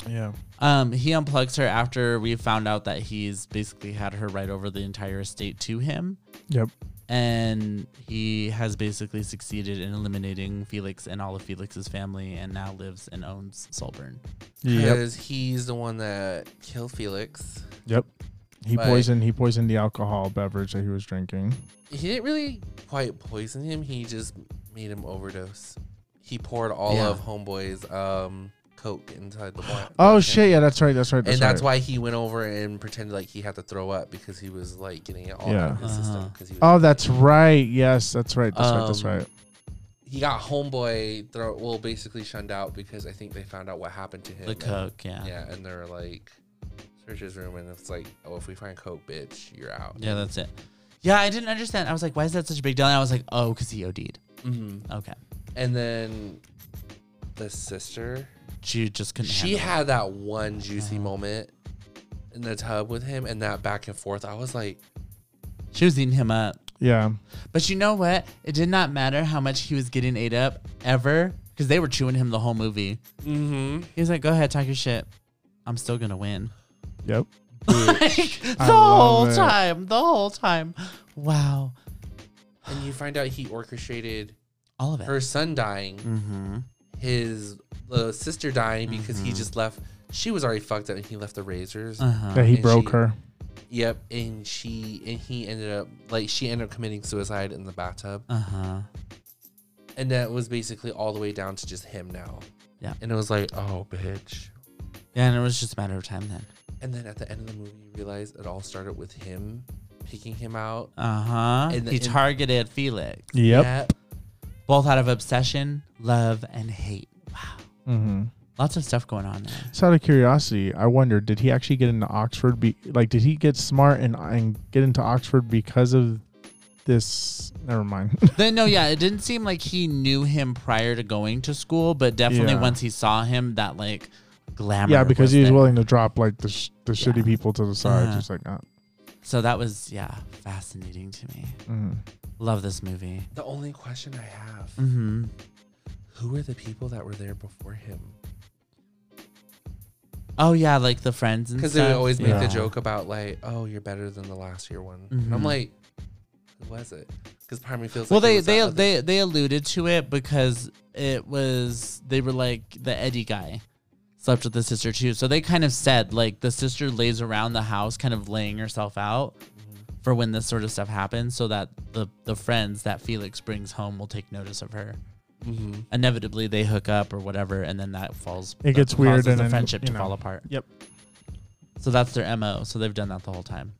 S2: Yeah.
S1: Um, he unplugs her after we found out that he's basically had her write over the entire estate to him,
S2: Yep.
S1: and he has basically succeeded in eliminating Felix and all of Felix's family, and now lives and owns Solburn.
S2: Yep.
S3: Because he's the one that killed Felix.
S2: Yep. He
S3: Like-
S2: poisoned. He poisoned the alcohol beverage that he was drinking.
S3: He didn't really quite poison him. He just made him overdose. He poured all
S1: Yeah.
S3: of Homeboy's um, coke inside the wine.
S2: Oh shit! Yeah, that's right. That's right.
S3: And
S2: That's
S3: that's
S2: right.
S3: why he went over and pretended like he had to throw up because he was like getting it all out of
S2: Yeah.
S3: his system.
S1: Uh-huh.
S3: 'cause he, was-
S2: Oh, that's right. Yes, that's right. That's right. That's
S3: Um,
S2: right.
S3: he got homeboy throw well basically shunned out because I think they found out what happened to him.
S1: The
S3: and-
S1: Coke, yeah,
S3: Yeah.
S1: yeah,
S3: and they're like search his room and it's like, oh, if we find coke, bitch, you're out.
S1: that's it. Yeah, I didn't understand. I was like, why is that such a big deal? And I was like, oh, because he OD'd.
S3: hmm
S2: Mm-hmm.
S1: Okay,
S3: And then the sister,
S1: she just couldn't. handle
S3: she
S1: it. Uh-huh.
S3: had that one juicy moment in the tub with him and that back and forth. I was like,
S1: She was eating him up.
S2: Yeah.
S1: But you know what? It did not matter how much he was getting ate up ever because they were chewing him the whole movie.
S3: Mm-hmm.
S1: He was like, go ahead, talk your shit. I'm still going to win.
S2: Yep.
S1: like, the
S2: I
S1: whole
S2: love it.
S1: time. The whole time. Wow.
S3: And you find out he orchestrated
S1: All of it.
S3: her son dying,
S1: Mm-hmm.
S3: his uh, sister dying because he just left. She was already fucked up, and he left the razors.
S1: Uh-huh.
S2: That he
S3: and
S2: broke
S3: she-
S2: her.
S3: Yep, and she and he ended up like she ended up committing suicide in the bathtub,
S1: Uh-huh.
S3: and that was basically all the way down to just him now.
S1: Yeah.
S3: and it was like, oh, bitch.
S1: Yeah, and it was just a matter of time then.
S3: And then at the end of the movie, you realize it all started with him picking him out.
S1: Uh-huh.
S3: And the-
S1: he
S3: and-
S1: targeted Felix.
S2: Yep.
S3: Yep.
S1: Both out of obsession, love, and hate. Wow.
S2: Mm-hmm.
S1: Lots of stuff going on there.
S2: So out of curiosity, I wonder, did he actually get into Oxford? Be like, did he get smart and, and get into Oxford because of this? Never mind.
S1: Then no, yeah, it didn't seem like he knew him prior to going to school, but definitely
S2: Yeah.
S1: once he saw him, that like glamour.
S2: yeah, because
S1: was
S2: he was
S1: there.
S2: willing to drop like the sh- the
S1: Yeah.
S2: shitty people to the side,
S1: Uh-huh.
S2: just like uh,
S1: So that was yeah, fascinating to me.
S2: mm.
S1: Love this movie.
S3: The only question I have:
S1: Mm-hmm.
S3: Who were the people that were there before him?
S1: Oh yeah, like the friends and
S3: Because
S1: stuff.
S3: they would always make
S1: Yeah.
S3: the joke about like, "Oh, you're better than the last year one." And
S1: Mhm.
S3: I'm like, "Who was it?" Because part of me feels
S1: Well,
S3: like it
S1: they
S3: was
S1: they
S3: that other-
S1: they they alluded to it because it was they were like the Eddie guy slept with the sister too, so they kind of said like the sister lays around the house, kind of laying herself out.
S3: Mm-hmm.
S1: For when this sort of stuff happens, so that the the friends that Felix brings home will take notice of her.
S3: Mhm.
S1: inevitably they hook up or whatever, and then that falls.
S2: It gets
S1: that
S2: weird
S1: causes
S2: and
S1: the
S2: then,
S1: friendship
S2: you
S1: to
S2: know.
S1: fall apart.
S2: Yep.
S1: So that's their mo. So they've done that the whole time.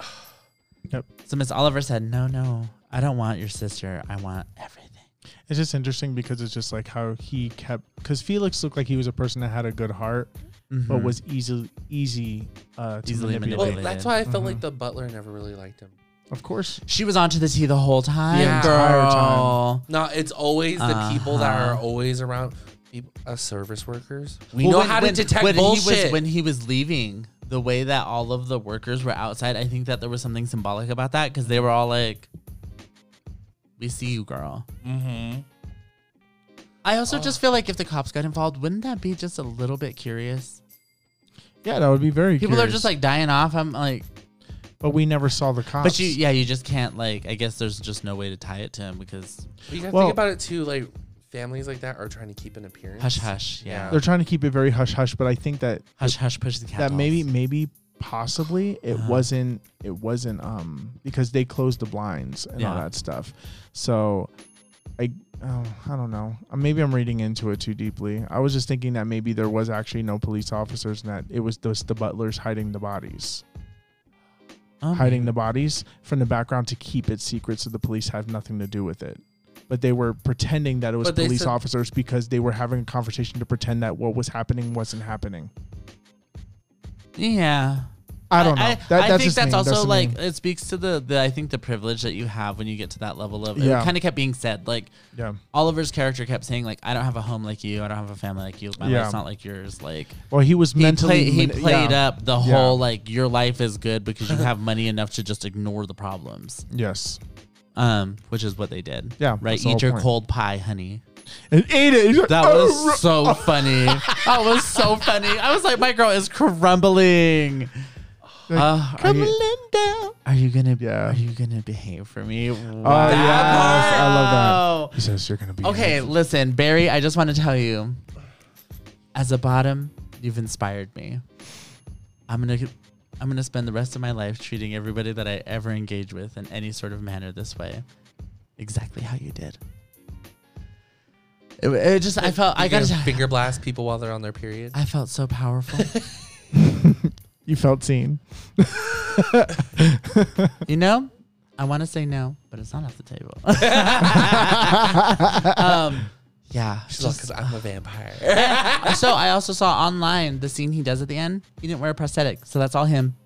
S2: Yep.
S1: So Miss Oliver said, "No, no, I don't want your sister. I want everything."
S2: It's just interesting because it's just like how he kept because Felix looked like he was a person that had a good heart, but
S1: Mhm.
S2: was easily easy uh, to
S1: Easily
S2: manipulate.
S3: Well,
S1: manipulated.
S3: that's why I
S1: Mm-hmm.
S3: felt
S2: Mhm.
S3: like the butler never really liked him.
S2: Of course,
S1: she was onto the tea the whole time,
S3: The
S2: entire time.
S1: girl.
S3: No, it's always the people that
S1: Uh-huh.
S3: are always around. People, uh, service workers. We
S1: Well,
S3: know
S1: when-
S3: how to
S1: when-
S3: detect
S1: when He
S3: bullshit.
S1: was, when he was leaving, the way that all of the workers were outside, I think that there was something symbolic about that because they were all like, "We see you, girl."
S3: mm-hmm.
S1: I also
S3: Oh.
S1: just feel like if the cops got involved, wouldn't that be just a little bit curious?
S2: yeah, that would be very.
S1: People are
S2: curious.
S1: just like dying off. I'm like,
S2: but we never saw the cops.
S1: but you, yeah, you just can't like. I guess there's just no way to tie it to him because
S3: You gotta
S2: Well-
S3: think about it too. Like families like that are trying to keep an appearance.
S1: hush hush, yeah,
S2: they're trying to keep it very hush hush, but I think that
S1: hush hush, push the cat.
S2: that
S1: dolls.
S2: maybe maybe possibly it
S1: Uh-huh.
S2: wasn't it wasn't um because they closed the blinds and all
S1: Yeah.
S2: that stuff so i oh, i don't know Uh, maybe i'm reading into it too deeply i was just thinking that maybe there was actually no police officers and that it was just the butlers hiding the bodies
S1: Oh,
S2: hiding the bodies from the background to keep it secret so the police have nothing to do with it but they were pretending that it was
S3: But they
S2: police
S3: said-
S2: officers because they were having a conversation to pretend that what was happening wasn't happening
S1: Um, yeah.
S2: i don't know
S1: I,
S2: That-
S1: I think
S2: just
S1: that's
S2: me.
S1: also
S2: just me.
S1: like it speaks to the, the I think the privilege that you have when you get to that level of.
S2: Yeah.
S1: It kind of kept being said like
S2: yeah
S1: Oliver's character kept saying like I don't have a home like you, I don't have a family like you, my
S2: Yeah.
S1: life's not like yours. Like
S2: Well, he was
S1: he
S2: mentally
S1: played, he
S2: mani-
S1: played uh,
S2: yeah.
S1: up the whole like your life is good because you have money enough to just ignore the problems
S2: Yes.
S1: um which is what they did
S2: Yeah,
S1: right
S2: that's the whole
S1: eat your
S2: point.
S1: cold pie honey
S2: And ate it. He's like,
S1: that
S2: "Oh,
S1: was so funny that was so funny i was like my girl is crumbling
S2: Like,
S1: Uh, are,
S2: crumbling
S1: you, are you gonna
S2: Yeah.
S1: are you gonna behave for me oh
S2: uh, yes, I love He says you're gonna be
S1: Okay, listen, Barry, I just want to tell you as a bottom, you've inspired me. I'm going to I'm going to spend the rest of my life treating everybody that I ever engage with in any sort of manner this way. Exactly how you did. It, it just I felt I
S3: You
S1: got
S3: gotta
S1: to tell you,
S3: finger blast people while they're on their period.
S1: I felt so powerful.
S2: You felt seen.
S1: you know? I want to say no, but it's not off the table. um, yeah.
S3: Because I'm a vampire.
S1: so I also saw online the scene he does at the end. He didn't wear a prosthetic, so that's all him.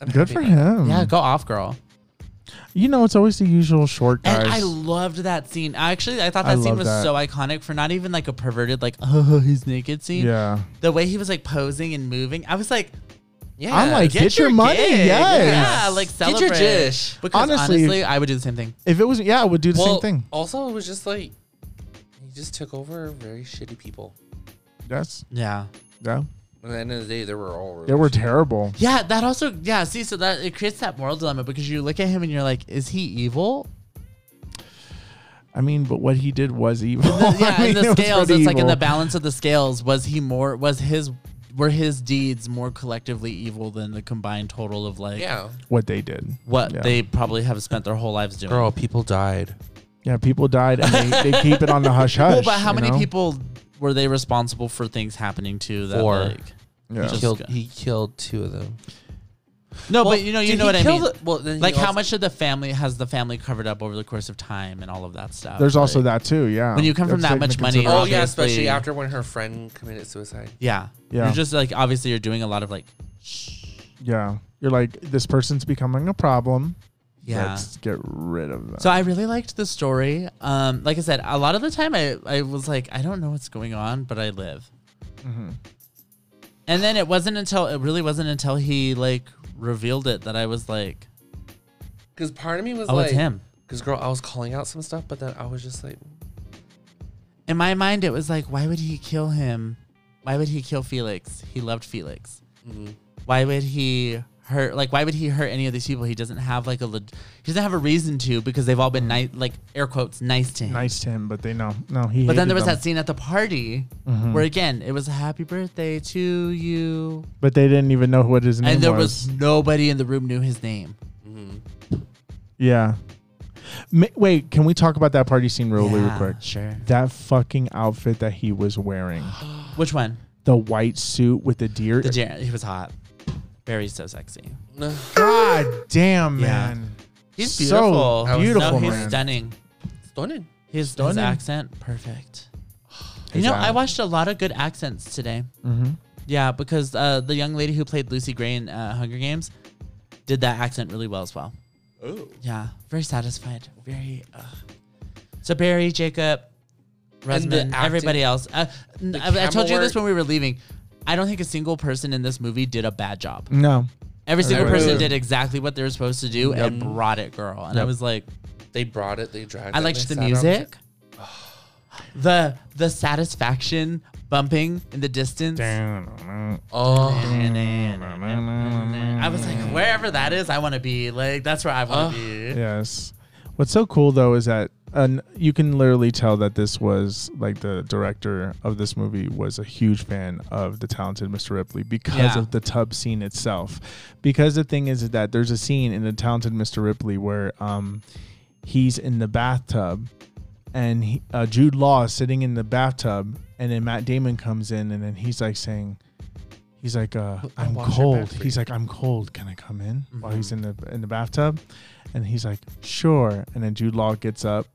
S3: I'm
S2: Good
S3: happy
S2: for
S3: about it.
S2: him.
S1: Yeah, go off, girl.
S2: You know, it's always the usual short guys.
S1: And I loved that scene. Actually, I thought
S2: I
S1: that scene
S2: love
S1: was
S2: that.
S1: so iconic for not even like a perverted, like, oh, he's naked scene.
S2: yeah.
S1: The way he was like posing and moving, I was like,
S3: Yeah.
S2: I'm like, get, your, money.
S1: gig.
S2: Yes.
S1: Yeah, like
S3: Get
S1: celebrate.
S3: your dish.
S1: Because
S2: Honestly-
S1: honestly, I would do the same thing.
S2: If it was, yeah, I would do the
S3: well,
S2: same thing.
S3: Also, it was just like he just took over very shitty people.
S2: Yes.
S1: Yeah.
S2: Yeah.
S3: At the end of the day, they were all
S2: They were terrible.
S1: Yeah, that also yeah, see so that it creates that moral dilemma because you look at him and you're like, is he evil?
S2: I mean, but what he did was evil. I
S1: yeah,
S2: mean,
S1: in
S2: it
S1: the
S2: was
S1: scales,
S2: pretty
S1: it's like in the
S2: evil.
S1: balance of the scales, was he more was his were his deeds more collectively evil than the combined total of like
S3: Yeah.
S2: what they did.
S1: what
S2: Yeah.
S1: they probably have spent their whole lives doing.
S3: Girl, people died.
S2: Yeah, people died and they, they keep it on the hush hush.
S1: well, but how
S2: you
S1: many
S2: know?
S1: people were they responsible for things happening to that?
S3: Four.
S1: like-
S2: Yeah.
S1: Just
S3: killed,
S1: go-
S3: he killed two of them.
S1: no, but you know, you
S3: Did
S1: know
S3: he
S1: what I
S3: kill
S1: mean.
S3: the- well, then he
S1: like how
S3: also-
S1: much of the family has the family covered up over the course of time and all of that stuff.
S2: There's also
S1: Like,
S2: that too. Yeah.
S1: When you come from
S2: That's
S1: that
S2: taken
S1: much
S2: into
S1: money,
S2: consideration.
S3: Oh yeah,
S1: obviously-
S3: especially after when her friend committed suicide.
S1: Yeah.
S2: Yeah.
S1: You're just like obviously you're doing a lot of like
S2: Yeah. You're like, this person's becoming a problem.
S1: yeah.
S2: Let's get rid of them.
S1: so I really liked the story. Um, like I said, a lot of the time I, I was like, I don't know what's going on, but I live.
S2: Mhm.
S1: And then it wasn't until it really wasn't until he like revealed it that I was like,
S3: Because part of me was
S1: oh,
S3: like,
S1: it's him.
S3: Because girl, I was calling out some stuff, but then I was just like,
S1: In my mind, it was like, why would he kill him? Why would he kill Felix? He loved Felix.
S2: Mm-hmm.
S3: mm,
S1: why would he hurt like why would he hurt any of these people he doesn't have like a leg- he doesn't have a reason to because they've all
S2: Mm.
S1: been nice like air quotes nice to him
S2: nice to him, but they know. No, he.
S1: but then
S2: hated
S1: there was
S2: them.
S1: that scene at the party
S2: Mm-hmm.
S1: where again it was a happy birthday to you
S2: But they didn't even know what his name
S1: and there
S2: was.
S1: was nobody in the room knew his name
S3: mm.
S2: Yeah. Ma- wait, can we talk about that party scene really,
S1: Yeah,
S2: really quick?
S1: sure
S2: That fucking outfit that he was wearing,
S1: which one
S2: the white suit with the deer.
S1: the deer he was hot very so sexy
S2: God damn,
S1: Yeah.
S2: man.
S1: he's
S2: So
S1: beautiful
S3: I was-
S2: beautiful,
S1: no, he's
S2: man.
S1: stunning
S3: stunning.
S1: his, his
S2: Stunning.
S1: accent perfect you
S2: His
S1: know
S2: accent.
S1: i watched a lot of good accents today
S2: Mm-hmm.
S1: Yeah, because uh, the young lady who played Lucy Gray in uh, Hunger Games did that accent really well as well.
S3: Oh,
S1: Yeah, very satisfied. Very. Uh. So Barry, Jacob,
S3: And the
S1: Resman,
S3: acting-
S1: everybody else. Uh, n-
S3: the
S1: I, I told you
S3: camera
S1: this when we were leaving. I don't think a single person in this movie did a bad job.
S2: No.
S1: Every
S3: Oh,
S1: single
S2: Everybody
S1: person
S3: did.
S1: did exactly what they were supposed to do and brought it, girl. And I
S2: Yep.
S1: was like,
S3: they brought it. They dragged.
S1: I
S3: it,
S1: liked the
S3: they sat on it.
S1: music. The the satisfaction bumping in the distance.
S3: Oh,
S1: I was like, wherever that is, I want to be. Like, that's where I want
S3: Ugh.
S1: to be.
S2: Yes. What's so cool though is that and you can literally tell that this was like the director of this movie was a huge fan of the talented Mr. Ripley because
S1: Yeah.
S2: of the tub scene itself. Because the thing is that there's a scene in the talented Mr. Ripley where um he's in the bathtub and he, uh, Jude Law is sitting in the bathtub and then Matt Damon comes in and then he's like saying he's like uh,
S3: I'll
S2: I'm
S3: wash your
S2: cold.
S3: back for
S2: He's
S3: you.
S2: like I'm cold. Can I come in? While he's in the in the bathtub and he's like sure and then Jude Law gets up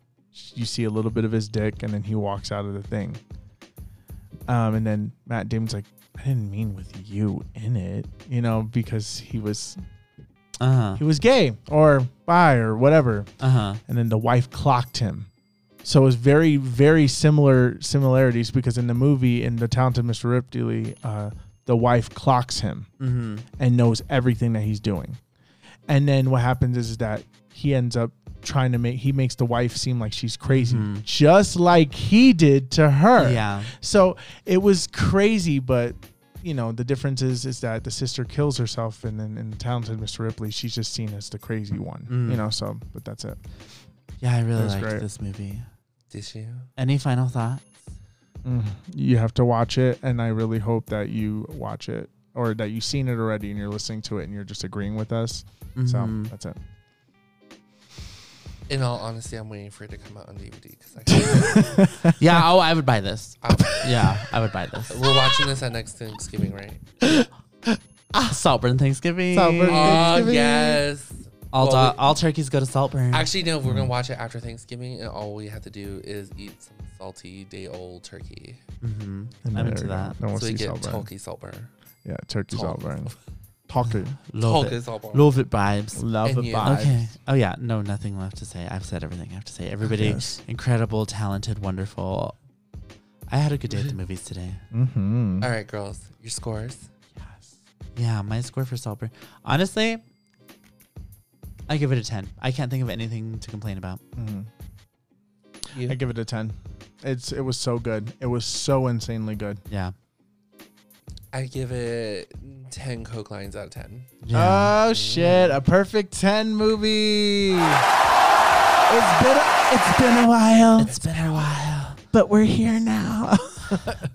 S2: you see a little bit of his dick and then he walks out of the thing. Um, and then Matt Damon's like, I didn't mean with you in it, you know, because he was
S1: Uh huh.
S2: he was gay or bi or whatever.
S1: Uh huh.
S2: And then the wife clocked him. So it was very, very similar similarities because in the movie in the talented Mr. Ripley, uh, the wife clocks him
S1: Mm-hmm.
S2: and knows everything that he's doing. And then what happens is, is that he ends up trying to make he makes the wife seem like she's crazy,
S1: Mhm.
S2: just like he did to her.
S1: Yeah.
S2: So it was crazy, but you know the difference is is that the sister kills herself, and then in the talented Mr. Ripley, she's just seen as the crazy one.
S1: Mm.
S2: You know, so but that's it.
S1: Yeah, I really
S2: That's
S1: liked
S2: great.
S1: this movie.
S3: Did you?
S1: Any final thoughts?
S2: You have to watch it, and I really hope that you watch it or that you've seen it already and you're listening to it and you're just agreeing with us.
S1: Mhm.
S2: So that's it.
S3: In all honesty, I'm waiting for it to come out on DVD because I.
S1: yeah. Oh, I would buy this.
S3: I-
S1: Yeah, I would buy this.
S3: we're watching this at next Thanksgiving, right?
S1: Ah, Saltburn Thanksgiving.
S2: Saltburn.
S3: Oh
S2: Thanksgiving.
S3: yes.
S1: All do-
S3: Well, we-
S1: all turkeys go to Saltburn.
S3: Actually, no.
S2: Mm.
S3: We're gonna watch it after Thanksgiving, and all we have to do is eat some salty day old turkey,
S1: mm-hmm.
S2: And
S1: I'm
S2: there
S1: into
S2: we go.
S1: that.
S2: No one
S3: so we
S2: sees
S3: get
S2: Saltburn.
S3: turkey saltburn.
S2: Yeah, turkey's
S3: Talk.
S2: Saltburn. Talking.
S1: Love
S3: Turkey
S1: it.
S3: saltburn.
S1: Love it vibes.
S2: Love
S3: And
S2: the
S3: you.
S2: vibe.
S1: Okay. Oh yeah. No, nothing left to say. I've said everything I have to say. Everybody,
S2: Yes.
S1: incredible, talented, wonderful. I had a good day at the movies today.
S2: Mm-hmm.
S3: All right, girls, your scores.
S1: Yes. Yeah, my score for Saltburn. Honestly, I give it a 10. I can't think of anything to complain about.
S2: Mhm.
S3: You?
S2: I give it a ten. It's it was so good. It was so insanely good.
S1: Yeah.
S3: I give it 10 Coke lines out of 10.
S1: Yeah.
S2: Oh shit! A perfect ten movie. It's been a, it's been a while,
S1: it's been a while.
S2: but we're here now.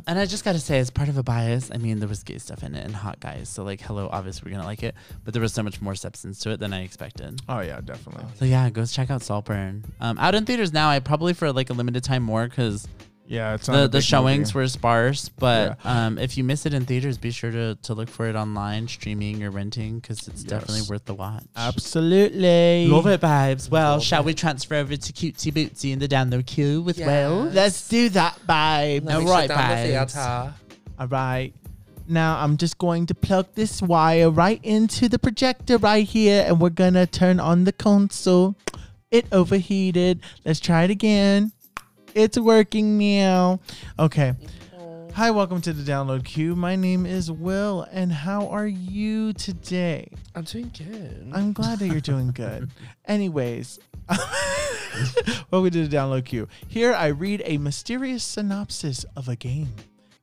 S1: And I just got to say, as part of a bias, I mean, there was gay stuff in it and hot guys. So, like, hello, obviously, we're going to like it. But there was so much more substance to it than I expected.
S2: oh yeah, definitely.
S1: So, yeah, go check out Saltburn. Um, out in theaters now, I probably for like a limited time more because
S2: Yeah, it's not
S1: the,
S2: a
S1: the
S2: big
S1: showings
S2: movie.
S1: were sparse. But um, if you miss it in theaters, be sure to, to look for it online, streaming, or renting because it's definitely
S2: Yes.
S1: worth the watch.
S2: absolutely
S1: Love it, babes. Well,
S3: Love
S1: shall
S3: it.
S1: we transfer over to Cutesy Bootsy in the down low queue with
S3: Yes.
S1: Will?
S2: Let's do that, babe.
S1: All right, babes.
S3: theater.
S2: All right. Now I'm just going to plug this wire right into the projector right here, and we're gonna turn on the console. It overheated. Let's try it again. It's working now. Okay. Hi, welcome to the download queue. My name is Will, and how are you today?
S3: I'm doing good.
S2: I'm glad that you're doing good. Anyways, welcome to the download queue. Here I read a mysterious synopsis of a game.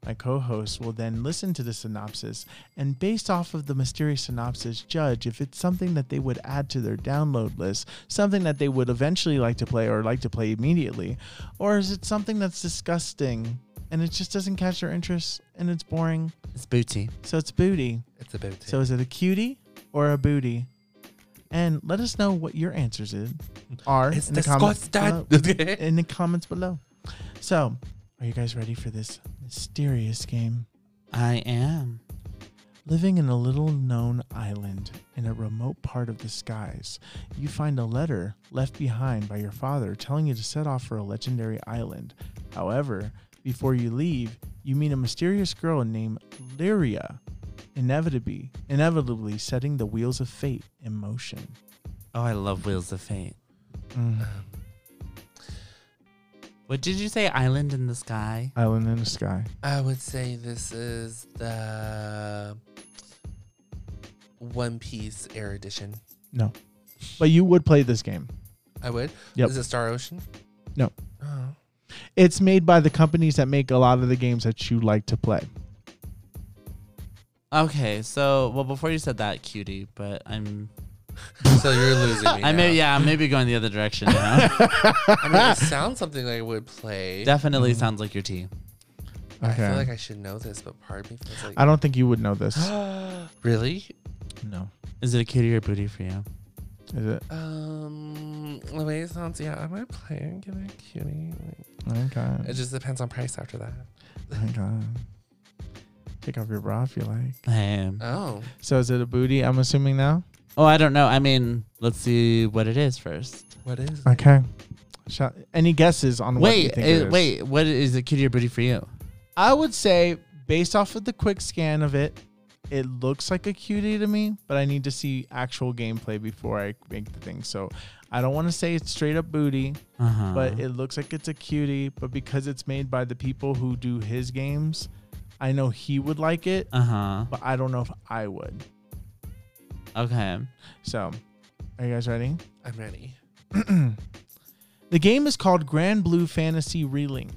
S2: My co host will then listen to the synopsis and, based off of the mysterious synopsis, judge if it's something that they would add to their download list, something that they would eventually like to play or like to play immediately, or is it something that's disgusting and it just doesn't catch their interest and it's boring?
S1: It's Booty.
S2: So it's booty.
S3: it's a booty.
S2: So is it a cutie or a booty? And let us know what your answers is, are
S3: it's
S2: in the comments below.
S3: disgusting.
S2: in the comments below. So, are you guys ready for this mysterious game?
S1: I am.
S2: Living in a little known island in a remote part of the skies, you find a letter left behind by your father telling you to set off for a legendary island. However, before you leave, you meet a mysterious girl named Lyria, inevitably, inevitably setting the wheels of fate in motion.
S1: Oh, I love Wheels of Fate.
S2: Mm.
S1: What did you say? Island in the sky?
S2: Island in the sky.
S3: I would say this is the One Piece Air Edition.
S2: No. But you would play this game.
S3: I would.
S2: Yep.
S3: Is it Star Ocean?
S2: No.
S3: Oh.
S2: It's made by the companies that make a lot of the games that you like to play.
S1: Okay, so well before you said that, cutie, but I'm
S3: So you're losing me.
S1: I may
S3: now.
S1: yeah, I'm maybe going the other direction now.
S3: I mean, it sounds something I would play.
S2: Mm-hmm.
S1: Definitely sounds like your tea.
S3: I feel
S2: Okay.
S3: like I should know this, but part of me feels
S2: I
S3: like.
S2: don't think you would know this.
S3: really?
S2: no.
S1: Is it a cutie or booty for you?
S2: Is it?
S3: Um, the way it sounds, yeah, I might play and give it a cutie. Like,
S2: Okay.
S3: it just depends on price after that.
S2: Hang on. Take off your bra if you like.
S1: I am.
S3: Oh,
S2: So is it a booty? I'm assuming now.
S1: Oh, I don't know. I mean, let's see what it is first.
S3: what is? it?
S2: Okay. Shall, any guesses on what you
S1: Wait,
S2: think
S1: eh,
S2: it is?
S1: wait, what is a cutie or booty for you?
S2: I would say based off of the quick scan of it, it looks like a cutie to me, but I need to see actual gameplay before I make the thing. So I don't want to say it's straight up booty,
S1: Uh-huh.
S2: but it looks like it's a cutie. But because it's made by the people who do his games, I know he would like it,
S1: uh-huh.
S2: but I don't know if I would.
S1: Okay.
S2: So, are you guys ready?
S3: I'm ready.
S2: The game is called Grand Blue Fantasy Relink.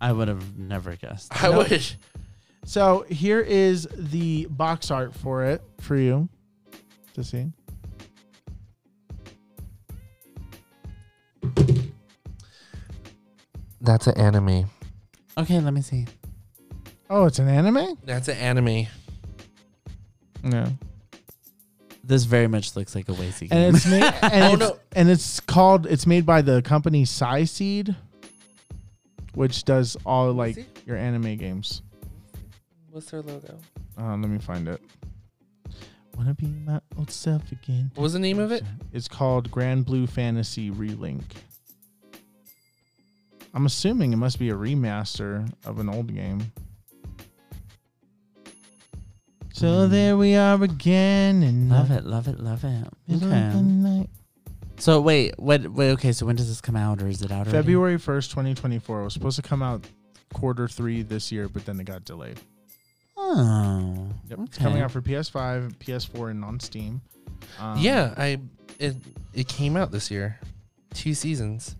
S1: I would have never guessed.
S3: I
S2: No.
S3: wish.
S2: So here is the box art for it for you to see.
S3: That's an anime.
S1: Okay, let me see.
S2: Oh, it's an anime?
S3: That's an anime.
S2: No.
S1: This very much looks like a Wacy game.
S2: And it's made and,
S3: Oh,
S2: it's,
S3: no.
S2: and it's called it's made by the company Seed, which does all like
S3: see.
S2: your anime games.
S3: What's their logo?
S2: Uh, let me find it. Wanna be my old self again.
S3: What was the name of it?
S2: It's called Grand Blue Fantasy Relink. I'm assuming it must be a remaster of an old game. So
S1: Mm.
S2: there we are again, and
S1: Love it, love it, love it.
S2: the
S1: Okay.
S2: night.
S1: So wait, what? Wait, okay. So when does this come out, or is it out already?
S2: February first, 2024. It was supposed to come out quarter three this year, but then it got delayed.
S1: Oh, Oh.
S2: Yep. It's
S1: Okay.
S2: coming out for PS5, PS4, and on Steam. Um,
S3: yeah, I it it came out this year, two seasons.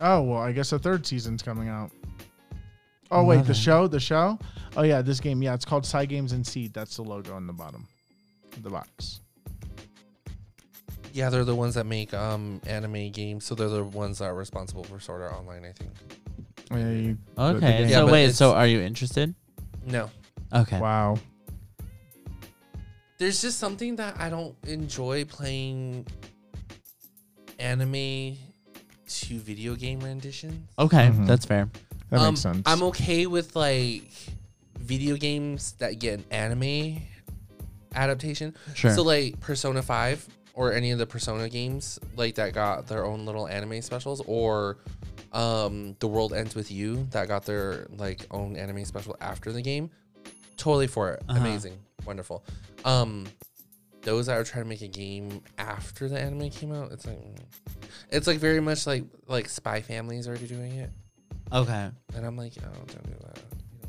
S2: Oh well, I guess the third season's coming out. Oh wait,
S1: Mother.
S2: the show, the show. Oh yeah, this game. Yeah, it's called Side Games and Seed. That's the logo on the bottom, of the box.
S3: Yeah, they're the ones that make um anime games, so they're the ones that are responsible for Sword Art Online, I think.
S2: Yeah, you- the
S1: Okay.
S2: game.
S3: Yeah,
S1: so
S3: but
S1: wait,
S3: it's-
S1: so are you interested?
S3: No,
S1: Okay.
S2: Wow.
S3: there's just something that I don't enjoy playing anime to video game renditions.
S1: Okay,
S2: Mhm.
S1: that's fair.
S2: That
S3: Um,
S2: makes sense.
S3: I'm okay with like video games that get an anime adaptation.
S1: Sure.
S3: So like Persona 5 or any of the Persona games like that got their own little anime specials or um The World Ends with You that got their like own anime special after the game. Totally for it.
S1: Uh-huh.
S3: Amazing. Wonderful. Um those that are trying to make a game after the anime came out, it's like mm. it's like very much like like Spy Family's already doing it.
S1: okay.
S3: And I'm like, oh, don't do that. You know,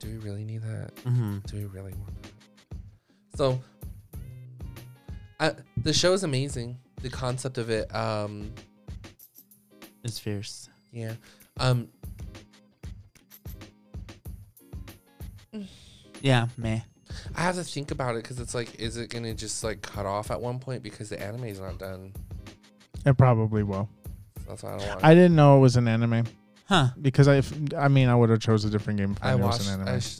S3: do we really need that?
S1: hmm
S3: Do we really want that? So, I, the show is amazing. The concept of it, um,
S1: It's fierce.
S3: yeah, um,
S1: Yeah, meh.
S3: I have to think about it because it's like, is it gonna just like cut off at one point because the anime is not done?
S2: it probably will.
S3: So that's why I don't want.
S2: I didn't know it was an anime
S1: Huh.
S2: because I, if- I mean, I would have chose a different game. If I,
S3: I
S2: knew it
S3: watched.
S2: was an
S3: I,
S2: anime.
S3: sh-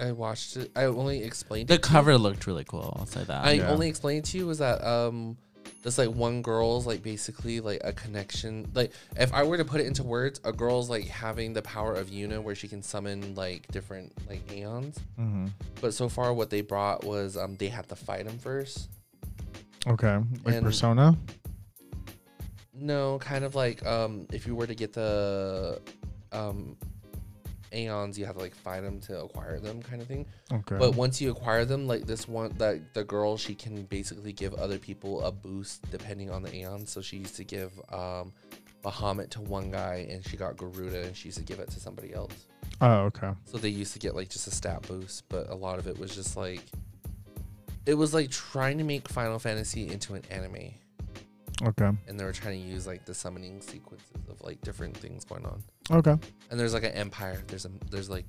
S3: I watched it. I only explained
S1: The
S3: it to-
S1: cover looked really cool. I'll say that.
S3: I
S2: Yeah.
S3: only explained to you was that um this like one girl's like basically like a connection like if I were to put it into words, a girl's like having the power of Yuna where she can summon like different like aeons.
S2: hmm
S3: But so far what they brought was um they had to fight him first.
S2: Okay, like
S3: And-
S2: Persona.
S3: No, kind of like um if you were to get the um aeons you have to like fight them to acquire them kind of thing.
S2: Okay.
S3: But once you acquire them, like this one, like the girl, she can basically give other people a boost depending on the aeon. So she used to give um, Bahamut to one guy, and she got Garuda, and she used to give it to somebody else.
S2: oh, okay.
S3: So they used to get like just a stat boost, but a lot of it was just like, it was like trying to make Final Fantasy into an anime,
S2: Okay.
S3: and they were trying to use like the summoning sequences of like different things going on
S2: Okay.
S3: and there's like an empire. There's a there's like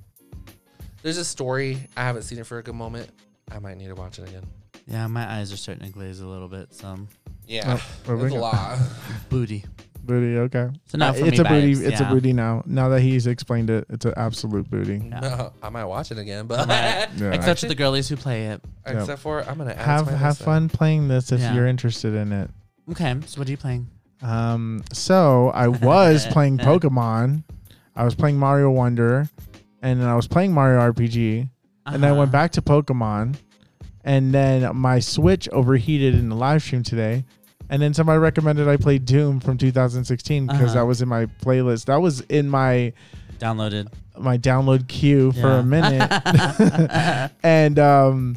S3: there's a story. I haven't seen it for a good moment. I might need to watch it again.
S1: yeah, my eyes are starting to glaze a little bit. Some
S3: Yeah,
S2: Where we
S3: there's a
S2: go?
S3: lot.
S1: booty.
S2: Booty. Okay.
S1: So now
S2: Uh,
S1: for
S2: it's
S1: me,
S2: a booty.
S1: babes,
S2: It's
S1: yeah.
S2: a booty now. Now that he's explained it, it's an absolute booty.
S1: Yeah.
S3: I might watch it again, but
S1: Right.
S2: Yeah.
S1: Except to the girlies who play it.
S3: except for I'm gonna add
S2: have
S3: to my
S2: have
S3: list then.
S2: fun playing this if
S1: Yeah.
S2: you're interested in it.
S1: Okay, so what are you playing?
S2: Um, so I was playing Pokemon, I was playing Mario Wonder, and then I was playing Mario RPG, and I went
S1: Uh-huh.
S2: back to Pokemon, and then my Switch overheated in the live stream today, and then somebody recommended I play Doom from 2016 because
S1: Uh-huh.
S2: that was in my playlist. That was in my
S1: Downloaded.
S2: my download queue for
S1: Yeah.
S2: a minute. and um,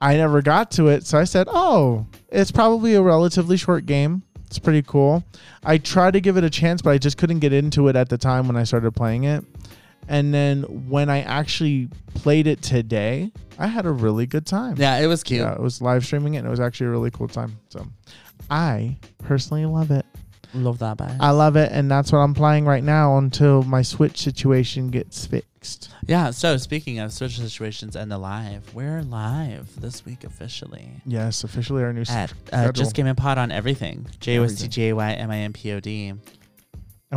S2: I never got to it. So I said, oh, it's probably a relatively short game. It's pretty cool. I tried to give it a chance, but I just couldn't get into it at the time when I started playing it. And then when I actually played it today, I had a really good time.
S1: Yeah, it was cute.
S2: Yeah, it was live streaming it, and it was actually a really cool time. So I personally love it.
S1: Love that bag.
S2: I love it, and that's what I'm playing right now until my Switch situation gets fixed.
S1: yeah, so speaking of Switch situations and the live, we're live this week officially.
S2: Yes, officially our new s-
S1: At uh,
S2: schedule.
S1: Just Game and Pod on everything. J O S T J A Y M I M P O D.
S2: and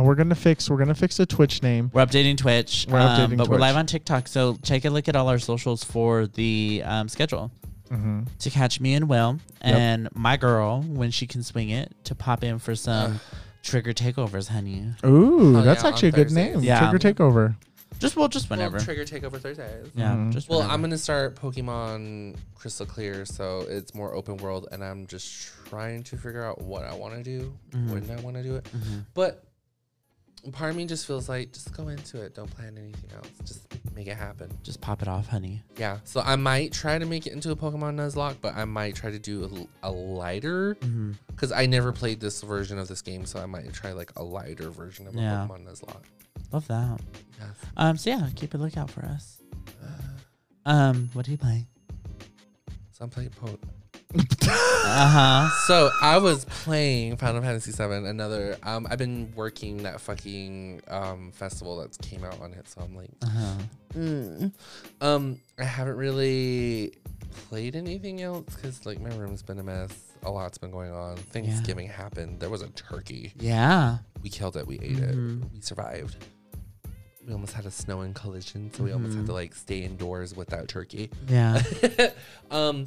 S2: we're gonna fix we're gonna fix the Twitch name.
S1: We're updating Twitch,
S2: We're
S1: um,
S2: updating
S1: but we're
S2: Twitch.
S1: live on TikTok. So take a look at all our socials for the um, schedule
S2: Mm-hmm.
S1: to catch me and Will
S2: Yep.
S1: and my girl when she can swing it to pop in for some trigger takeovers, honey.
S2: Ooh,
S3: Oh,
S2: that's
S3: yeah,
S2: actually a
S3: on
S2: good
S3: Thursdays.
S2: name.
S1: Yeah.
S2: Trigger Takeover.
S1: Just well, just
S3: Well,
S1: whenever.
S3: trigger takeover Thursdays.
S1: yeah,
S2: Mhm.
S1: just
S3: Well,
S1: whenever.
S3: I'm gonna start Pokemon Crystal Clear, so it's more open world, and I'm just trying to figure out what I want to do,
S1: Mhm.
S3: when I want to do it.
S1: Mhm.
S3: But part of me just feels like just go into it. Don't plan anything else. Just make it happen.
S1: just pop it off, honey.
S3: Yeah. So I might try to make it into a Pokemon Nuzlocke, but I might try to do a l- a, lighter
S1: Mm-hmm.
S3: because I never played this version of this game, so I might try like a lighter version of a
S1: Yeah.
S3: Pokemon Nuzlocke.
S1: Love that.
S3: Yes.
S1: Um, so yeah, keep a lookout for us. Um, what do you play?
S3: So I'm playing po-
S1: Uh huh.
S3: So I was playing Final Fantasy VII. Another. Um, I've been working that fucking um festival that came out on it. So I'm like,
S1: Uh huh.
S3: mm. um, I haven't really played anything else because like my room's been a mess. A lot's been going on. Thanksgiving happened. There was a turkey.
S1: Yeah.
S3: We killed it. We ate it.
S1: Mhm.
S3: We survived. We almost had a snow and collision, so we almost had
S1: Mhm.
S3: to like stay indoors with that turkey.
S1: Yeah.
S3: um,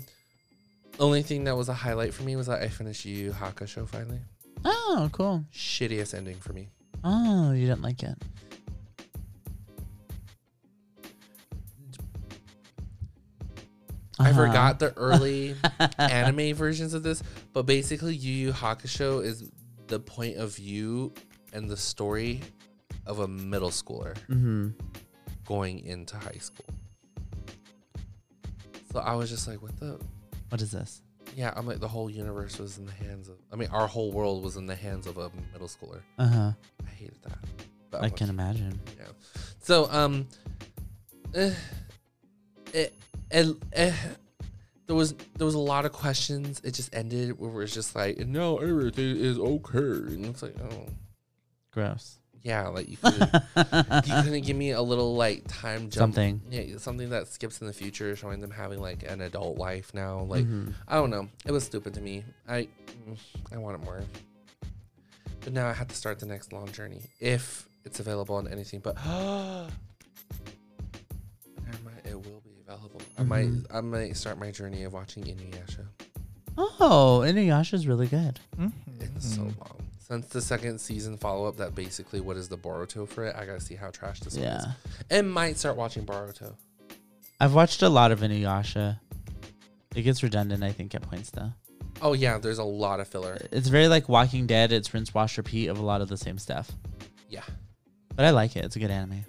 S3: only thing that was a highlight for me was that I finished Yu Yu Hakusho finally.
S1: Oh, cool.
S3: Shittiest ending for me.
S1: Oh, you didn't like it.
S3: I
S1: Uh-huh.
S3: forgot the early anime versions of this, but basically Yu Yu Hakusho is the point of view and the story of a middle schooler
S1: Mm-hmm.
S3: going into high school. So I was just like, what the?
S1: What is this?
S3: Yeah, I'm like, the whole universe was in the hands of, I mean, our whole world was in the hands of a middle schooler.
S1: Uh huh.
S3: I hated that. But
S1: I
S3: watched
S1: can imagine.
S3: So um, eh, it, it, eh, there was there was a lot of questions. It just ended where it was just like, no, everything is okay, and it's like, oh
S1: Gross.
S3: yeah, like you couldn't, you couldn't give me a little like time jump,
S1: Something.
S3: yeah, something that skips in the future, showing them having like an adult life now. Like
S1: Mhm.
S3: I don't know, it was stupid to me. I mm, I wanted more, but now I have to start the next long journey if it's available on anything. But Never mind, It will be available. I might
S1: Mhm.
S3: I might start my journey of watching Inuyasha.
S1: Oh, Inuyasha's really good.
S3: Mm-hmm. It's so
S2: Mm-hmm.
S3: long. Since the second season follow up, that basically what is the Boruto for it? I gotta see how trash this one
S1: Yeah.
S3: is. And might start watching Boruto.
S1: I've watched a lot of Inuyasha. It gets redundant, I think, at points though.
S3: Oh yeah, there's a lot of filler.
S1: It's very like Walking Dead. It's rinse, wash, repeat of a lot of the same stuff.
S3: Yeah.
S1: But I like it. It's a good anime.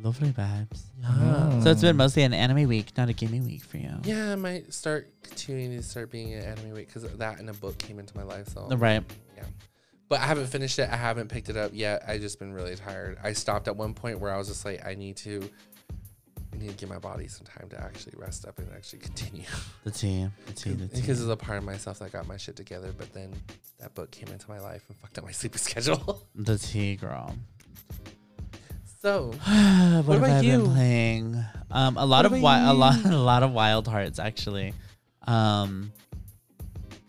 S1: Lovely vibes.
S3: Ah.
S1: So it's been mostly an anime week, not a gaming week for you.
S3: Yeah, I might start continuing to start being an anime week because that and a book came into my life. So
S1: Right.
S3: yeah. But I haven't finished it. I haven't picked it up yet. I just been really tired. I stopped at one point where I was just like, I need to I need to give my body some time to actually rest up and actually continue.
S1: The tea. The tea. The tea.
S3: because there's a part of myself that got my shit together, but then that book came into my life and fucked up my sleeping schedule.
S1: The tea, girl.
S3: so
S1: what,
S3: What
S1: have
S3: about
S1: I
S3: you?
S1: been playing? Um, a lot
S3: What
S1: of
S3: about
S1: wi- a lot
S3: you?
S1: a lot of Wild Hearts actually. Um,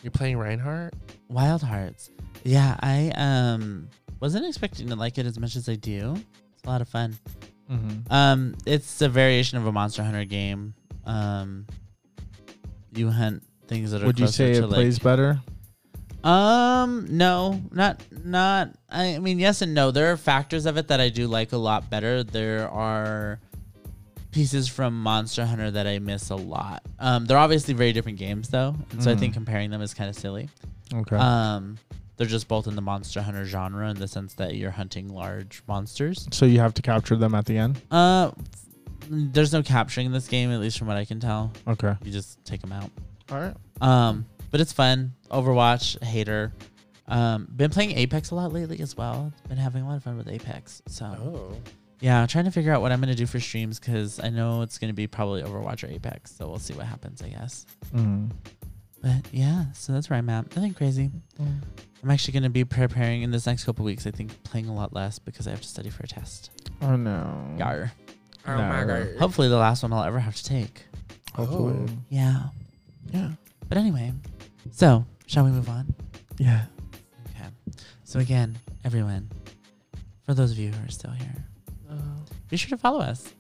S3: you're playing Reinhardt?
S1: Wild Hearts. Yeah, I um wasn't expecting to like it as much as I do. It's a lot of fun.
S2: Mm-hmm.
S1: Um, it's a variation of a Monster Hunter game. Um, you hunt things that are.
S2: Would you
S1: closer
S2: say
S1: to
S2: it
S1: like,
S2: plays better?
S1: um, no, not not. I mean, yes and no. There are factors of it that I do like a lot better. There are pieces from Monster Hunter that I miss a lot. Um, they're obviously very different games though, and so I
S2: Mhm.
S1: think comparing them is kind of silly.
S2: Okay.
S1: Um, they're just both in the Monster Hunter genre in the sense that you're hunting large monsters.
S2: so you have to capture them at the end.
S1: Uh, there's no capturing in this game, at least from what I can tell.
S2: Okay.
S1: You just take them out.
S2: All right.
S1: Um, but it's fun. Overwatch, hater. Um, been playing Apex a lot lately as well. Been having a lot of fun with Apex. So
S3: Oh.
S1: yeah, I'm trying to figure out what I'm gonna do for streams because I know it's gonna be probably Overwatch or Apex. So we'll see what happens, I guess.
S2: Mm-hmm.
S1: But yeah, so that's where I'm at. Nothing crazy. I'm actually gonna be preparing in this next couple weeks. I think playing a lot less because I have to study for a test.
S2: Oh no.
S1: Yar.
S3: Oh my
S2: No.
S3: god.
S1: Hopefully the last one I'll ever have to take.
S2: Hopefully.
S3: Oh.
S1: Yeah.
S2: Yeah.
S1: But anyway, so shall we move on?
S2: Yeah.
S1: Okay. So again, everyone, for those of you who are still here, be sure to follow us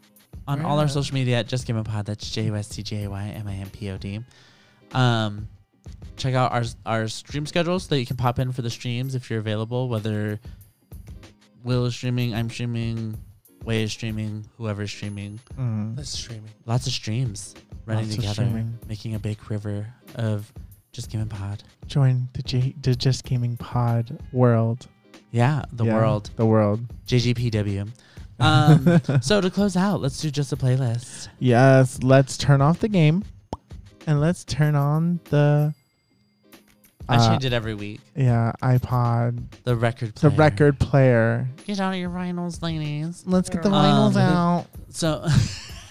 S1: on all our
S3: Yeah.
S1: social media at Just Give 'Em Pod. That's J U S T J A Y M I M P O D. Um, check out our our stream schedule so that you can pop in for the streams if you're available. Whether Will is streaming, I'm streaming, Way is streaming, whoever's streaming.
S3: That's streaming.
S1: Lots of streams running
S2: Lots of
S1: together,
S2: streaming.
S1: making a big river of Just Give 'Em Pod.
S2: Join the J- the Just Gaming Pod world.
S1: Yeah, the
S2: Yeah,
S1: world.
S2: The world.
S1: JGPW. Um, so to close out, let's do just a playlist.
S2: Yes. Let's turn off the game, and let's turn on the.
S1: I
S2: uh,
S1: change it every week.
S2: Yeah, iPod,
S1: The record
S2: the
S1: player.
S2: record player.
S1: Get out of your vinyls, ladies.
S2: Let's get the
S1: Um,
S2: vinyls out.
S1: So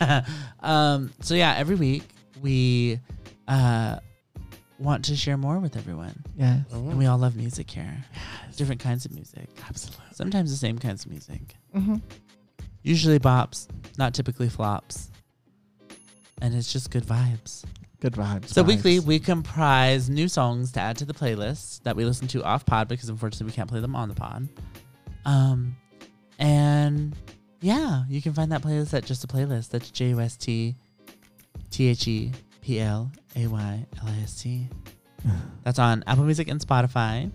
S1: um, so yeah, every week we uh, want to share more with everyone,
S2: Yeah.
S1: and we all love music here. Different kinds of music, absolutely. Sometimes the same kinds of music.
S2: Mm-hmm.
S1: Usually bops, not typically flops, and it's just good vibes.
S2: Good vibes.
S1: So
S2: vibes.
S1: weekly, we comprise new songs to add to the playlist that we listen to off pod because unfortunately we can't play them on the pod. Um, and yeah, you can find that playlist at just a playlist. That's J U S T T H E P L A Y L I S T. That's on Apple Music and Spotify.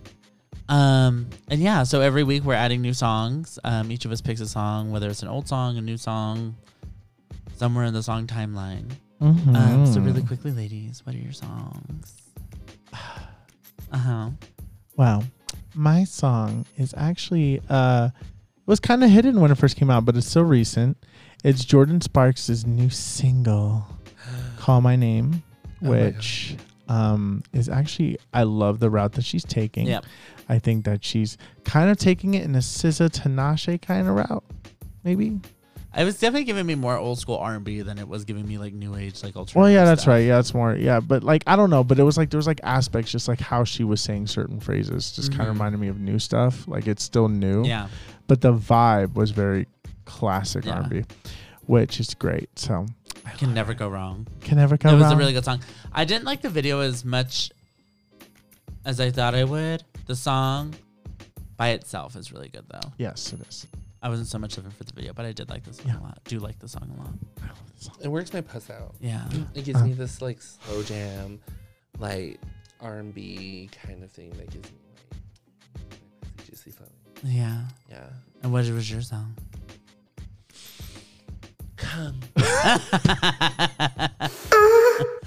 S1: Um, and yeah, so every week we're adding new songs. Um, each of us picks a song, whether it's an old song, a new song, somewhere in the song timeline. Um,
S2: Mm.
S1: so
S2: Mm-hmm.
S1: really quickly, ladies, what are your songs? Uh huh.
S2: Wow. My song is actually uh was kind of hidden when it first came out, but it's so recent. It's Jordan Sparks' new single, Call My Name,
S3: Oh my
S2: which um is actually I love the route that she's taking.
S1: Yep.
S2: I think that she's kind of taking it in a SZA Tinashe kind of route, maybe.
S1: It was definitely giving me more old school R and B than it was giving me like new age, like ultra.
S2: Well, yeah, that's right. Yeah, it's more. Yeah, but like I don't know, but it was like there was like aspects, just like how she was saying certain phrases, just kind
S1: Mhm.
S2: of reminded me of new stuff. Like it's still new.
S1: Yeah.
S2: but the vibe was very classic
S1: Yeah.
S2: R&B, which is great. So
S1: Can never go wrong.
S2: can never
S1: It
S2: come.
S1: was a
S2: wrong.
S1: really good song. I didn't like the video as much as I thought I would. The song by itself is really good though.
S2: yes, it is.
S1: I wasn't so much looking for the video, but I did like the song
S2: Yeah.
S1: a lot. Do like the song a lot.
S3: It works my puss out.
S1: Yeah.
S3: It gives
S2: Uh.
S3: me this like slow jam, like R and B kind of thing that gives me like my pussy juicy feeling.
S1: Yeah.
S3: Yeah.
S1: And what was your song?
S3: Come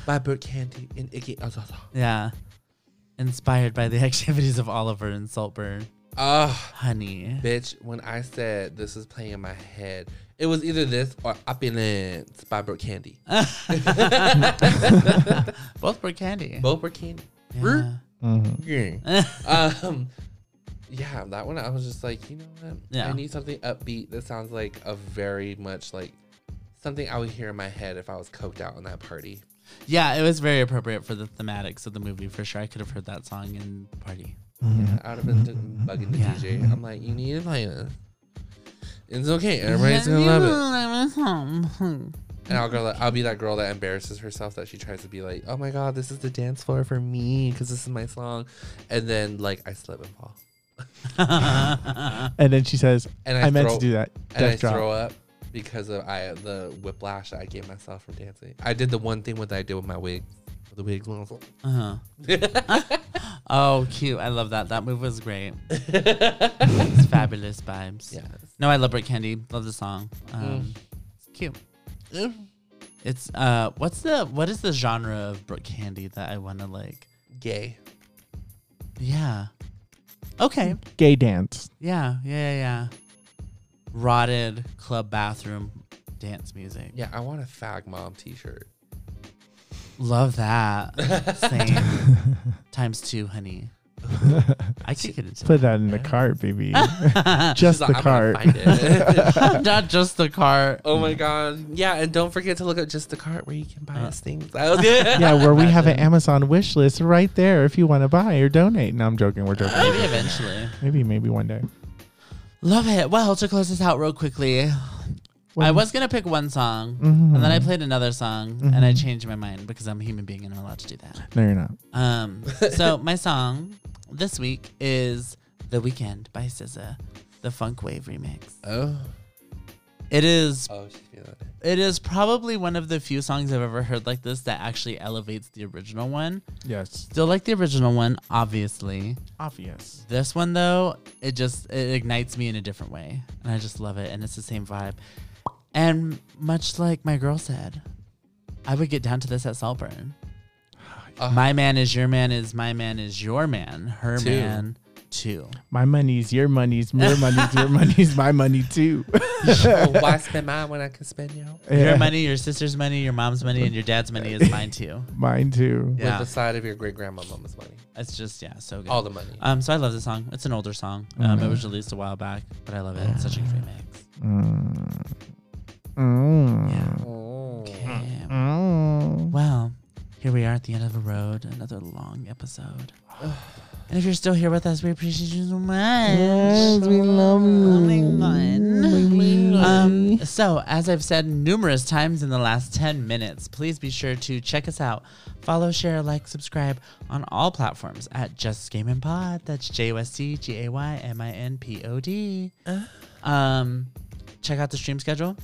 S3: by Brooke Candy and Iggy Azalea.
S1: Yeah. Inspired by the activities of Oliver and Saltburn.
S3: Ah,
S1: Honey.
S3: bitch. When I said this is playing in my head, it was either this or Opulence by Brooke Candy.
S1: Both were candy.
S3: Both Brooke Candy.
S1: Yeah.
S2: Mhm.
S3: Yeah. um, yeah, that one I was just like, you know what?
S1: Yeah.
S3: I need something upbeat that sounds like a very much like something I would hear in my head if I was coked out on that party.
S1: yeah, it was very appropriate for the thematics of the movie for sure. I could have heard that song in the party.
S3: Yeah, I would have been d- bugging the
S1: Yeah.
S3: DJ. I'm like, you need to play this. It's okay. Everybody's gonna love it.
S1: it.
S3: And I'll go. I'll be that girl that embarrasses herself that she tries to be like, oh my god, this is the dance floor for me because this is my song, and then like I slip and fall,
S2: And then she says,
S3: and
S2: "I, meant
S3: throw-
S2: to do that."
S3: and I
S2: Death drop.
S3: throw up because of I the whiplash that I gave myself from dancing. I did the one thing with I did with my wig, with the wig.
S1: uh-huh. oh, cute. I love that. That move was great. it's fabulous vibes.
S3: yeah. Mm.
S1: No, I love Brick Candy. Love the song. Um, It's cute. It's uh, what's the what is the genre of Brooke Candy that I want to like?
S3: Gay.
S1: Yeah. Okay.
S2: Gay dance.
S1: Yeah. Yeah. Yeah. yeah. Rotted club bathroom dance music.
S3: Yeah, I want a fag mom T-shirt.
S1: Love that. Same. Times two, honey. I could get into
S2: Put that in the cart, baby.
S1: that.
S2: Just the
S3: She's like, "I'm
S2: cart.
S3: gonna find it."
S1: Not just the cart.
S3: oh my god. Yeah, and don't forget to look up just the cart where you can
S1: Uh.
S3: buy us things. Oh, That was good.
S2: yeah, where we have an Amazon wish list right there if you want to buy or donate. No, I'm joking. We're joking.
S1: Maybe eventually.
S2: Maybe, maybe one day.
S1: Love it. Well, to close this out real quickly,
S2: Well,
S1: I was gonna pick one song,
S2: Mm-hmm.
S1: and then I played another song, and I changed my mind because I'm a human being and I'm allowed to do that.
S2: No, you're not.
S1: Um, so my song this week is "The Weekend" by SZA, the Funk Wave remix.
S3: Oh.
S1: It is
S3: Oh, she's feeling it.
S1: it is probably one of the few songs I've ever heard like this that actually elevates the original one.
S2: Yes.
S1: Still like the original one, obviously.
S2: Obvious.
S1: This one though, it just it ignites me in a different way, and I just love it. And it's the same vibe. And much like my girl said, I would get down to this at Saltburn.
S3: Uh,
S1: my man is your man is my man is your man. Her
S3: Two.
S1: man too.
S2: My money's your money's, your money's, your money's, my money too.
S3: oh, why spend mine when I can spend your
S1: Your
S2: Yeah,
S1: money, your sister's money, your mom's money, and your dad's money is mine too.
S2: Mine too.
S1: Yeah.
S3: with the side of your great grandma mama's money?
S1: It's just yeah, so good.
S3: All the money.
S1: Um, so I love this song. It's an older song. Um, it was released a while back, but I love it. It's such a great mix.
S2: Mm. Mm.
S1: Yeah.
S3: Oh.
S1: at the end of the road. Another long episode. and if you're still here with us, we appreciate you so much.
S4: we love
S1: Oh my
S4: you.
S1: God. Um, so, as I've said numerous times in the last 10 minutes, please be sure to check us out. Follow, share, like, subscribe on all platforms at Just Game and Pod. That's J U S C G A Y M I N P O D.
S4: Uh.
S1: Um, check out the stream schedule.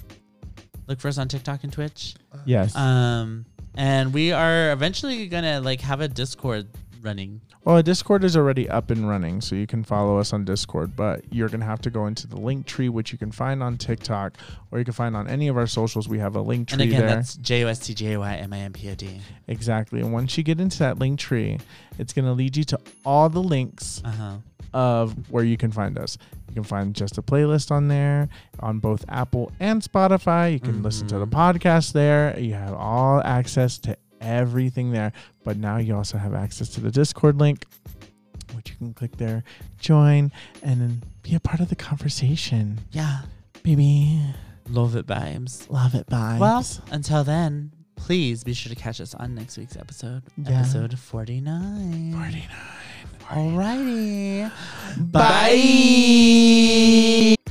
S1: Look for us on TikTok and Twitch.
S4: Yes.
S1: Um, and we are eventually gonna like have a Discord running.
S2: Well, Discord is already up and running, so you can follow us on Discord, but you're going to have to go into the link tree, which you can find on TikTok or you can find on any of our socials. We have a link
S1: And
S2: tree
S1: again,
S2: there.
S1: that's J O S T J A Y M I N P O D.
S2: exactly. And once you get into that link tree, it's going to lead you to all the links
S1: Uh huh.
S2: of where you can find us. You can find just a playlist on there on both Apple and Spotify. You can listen to the
S1: Mhm.
S2: podcast there. You have all access to everything there. But now you also have access to the Discord link, which you can click there, join, and then be a part of the conversation.
S1: Yeah.
S2: Baby,
S1: Love it, babes.
S2: love it. Bye.
S1: Well, until then, please be sure to catch us on next week's episode,
S2: Yeah.
S1: episode 49.
S2: 49.
S1: Alrighty.
S2: Bye.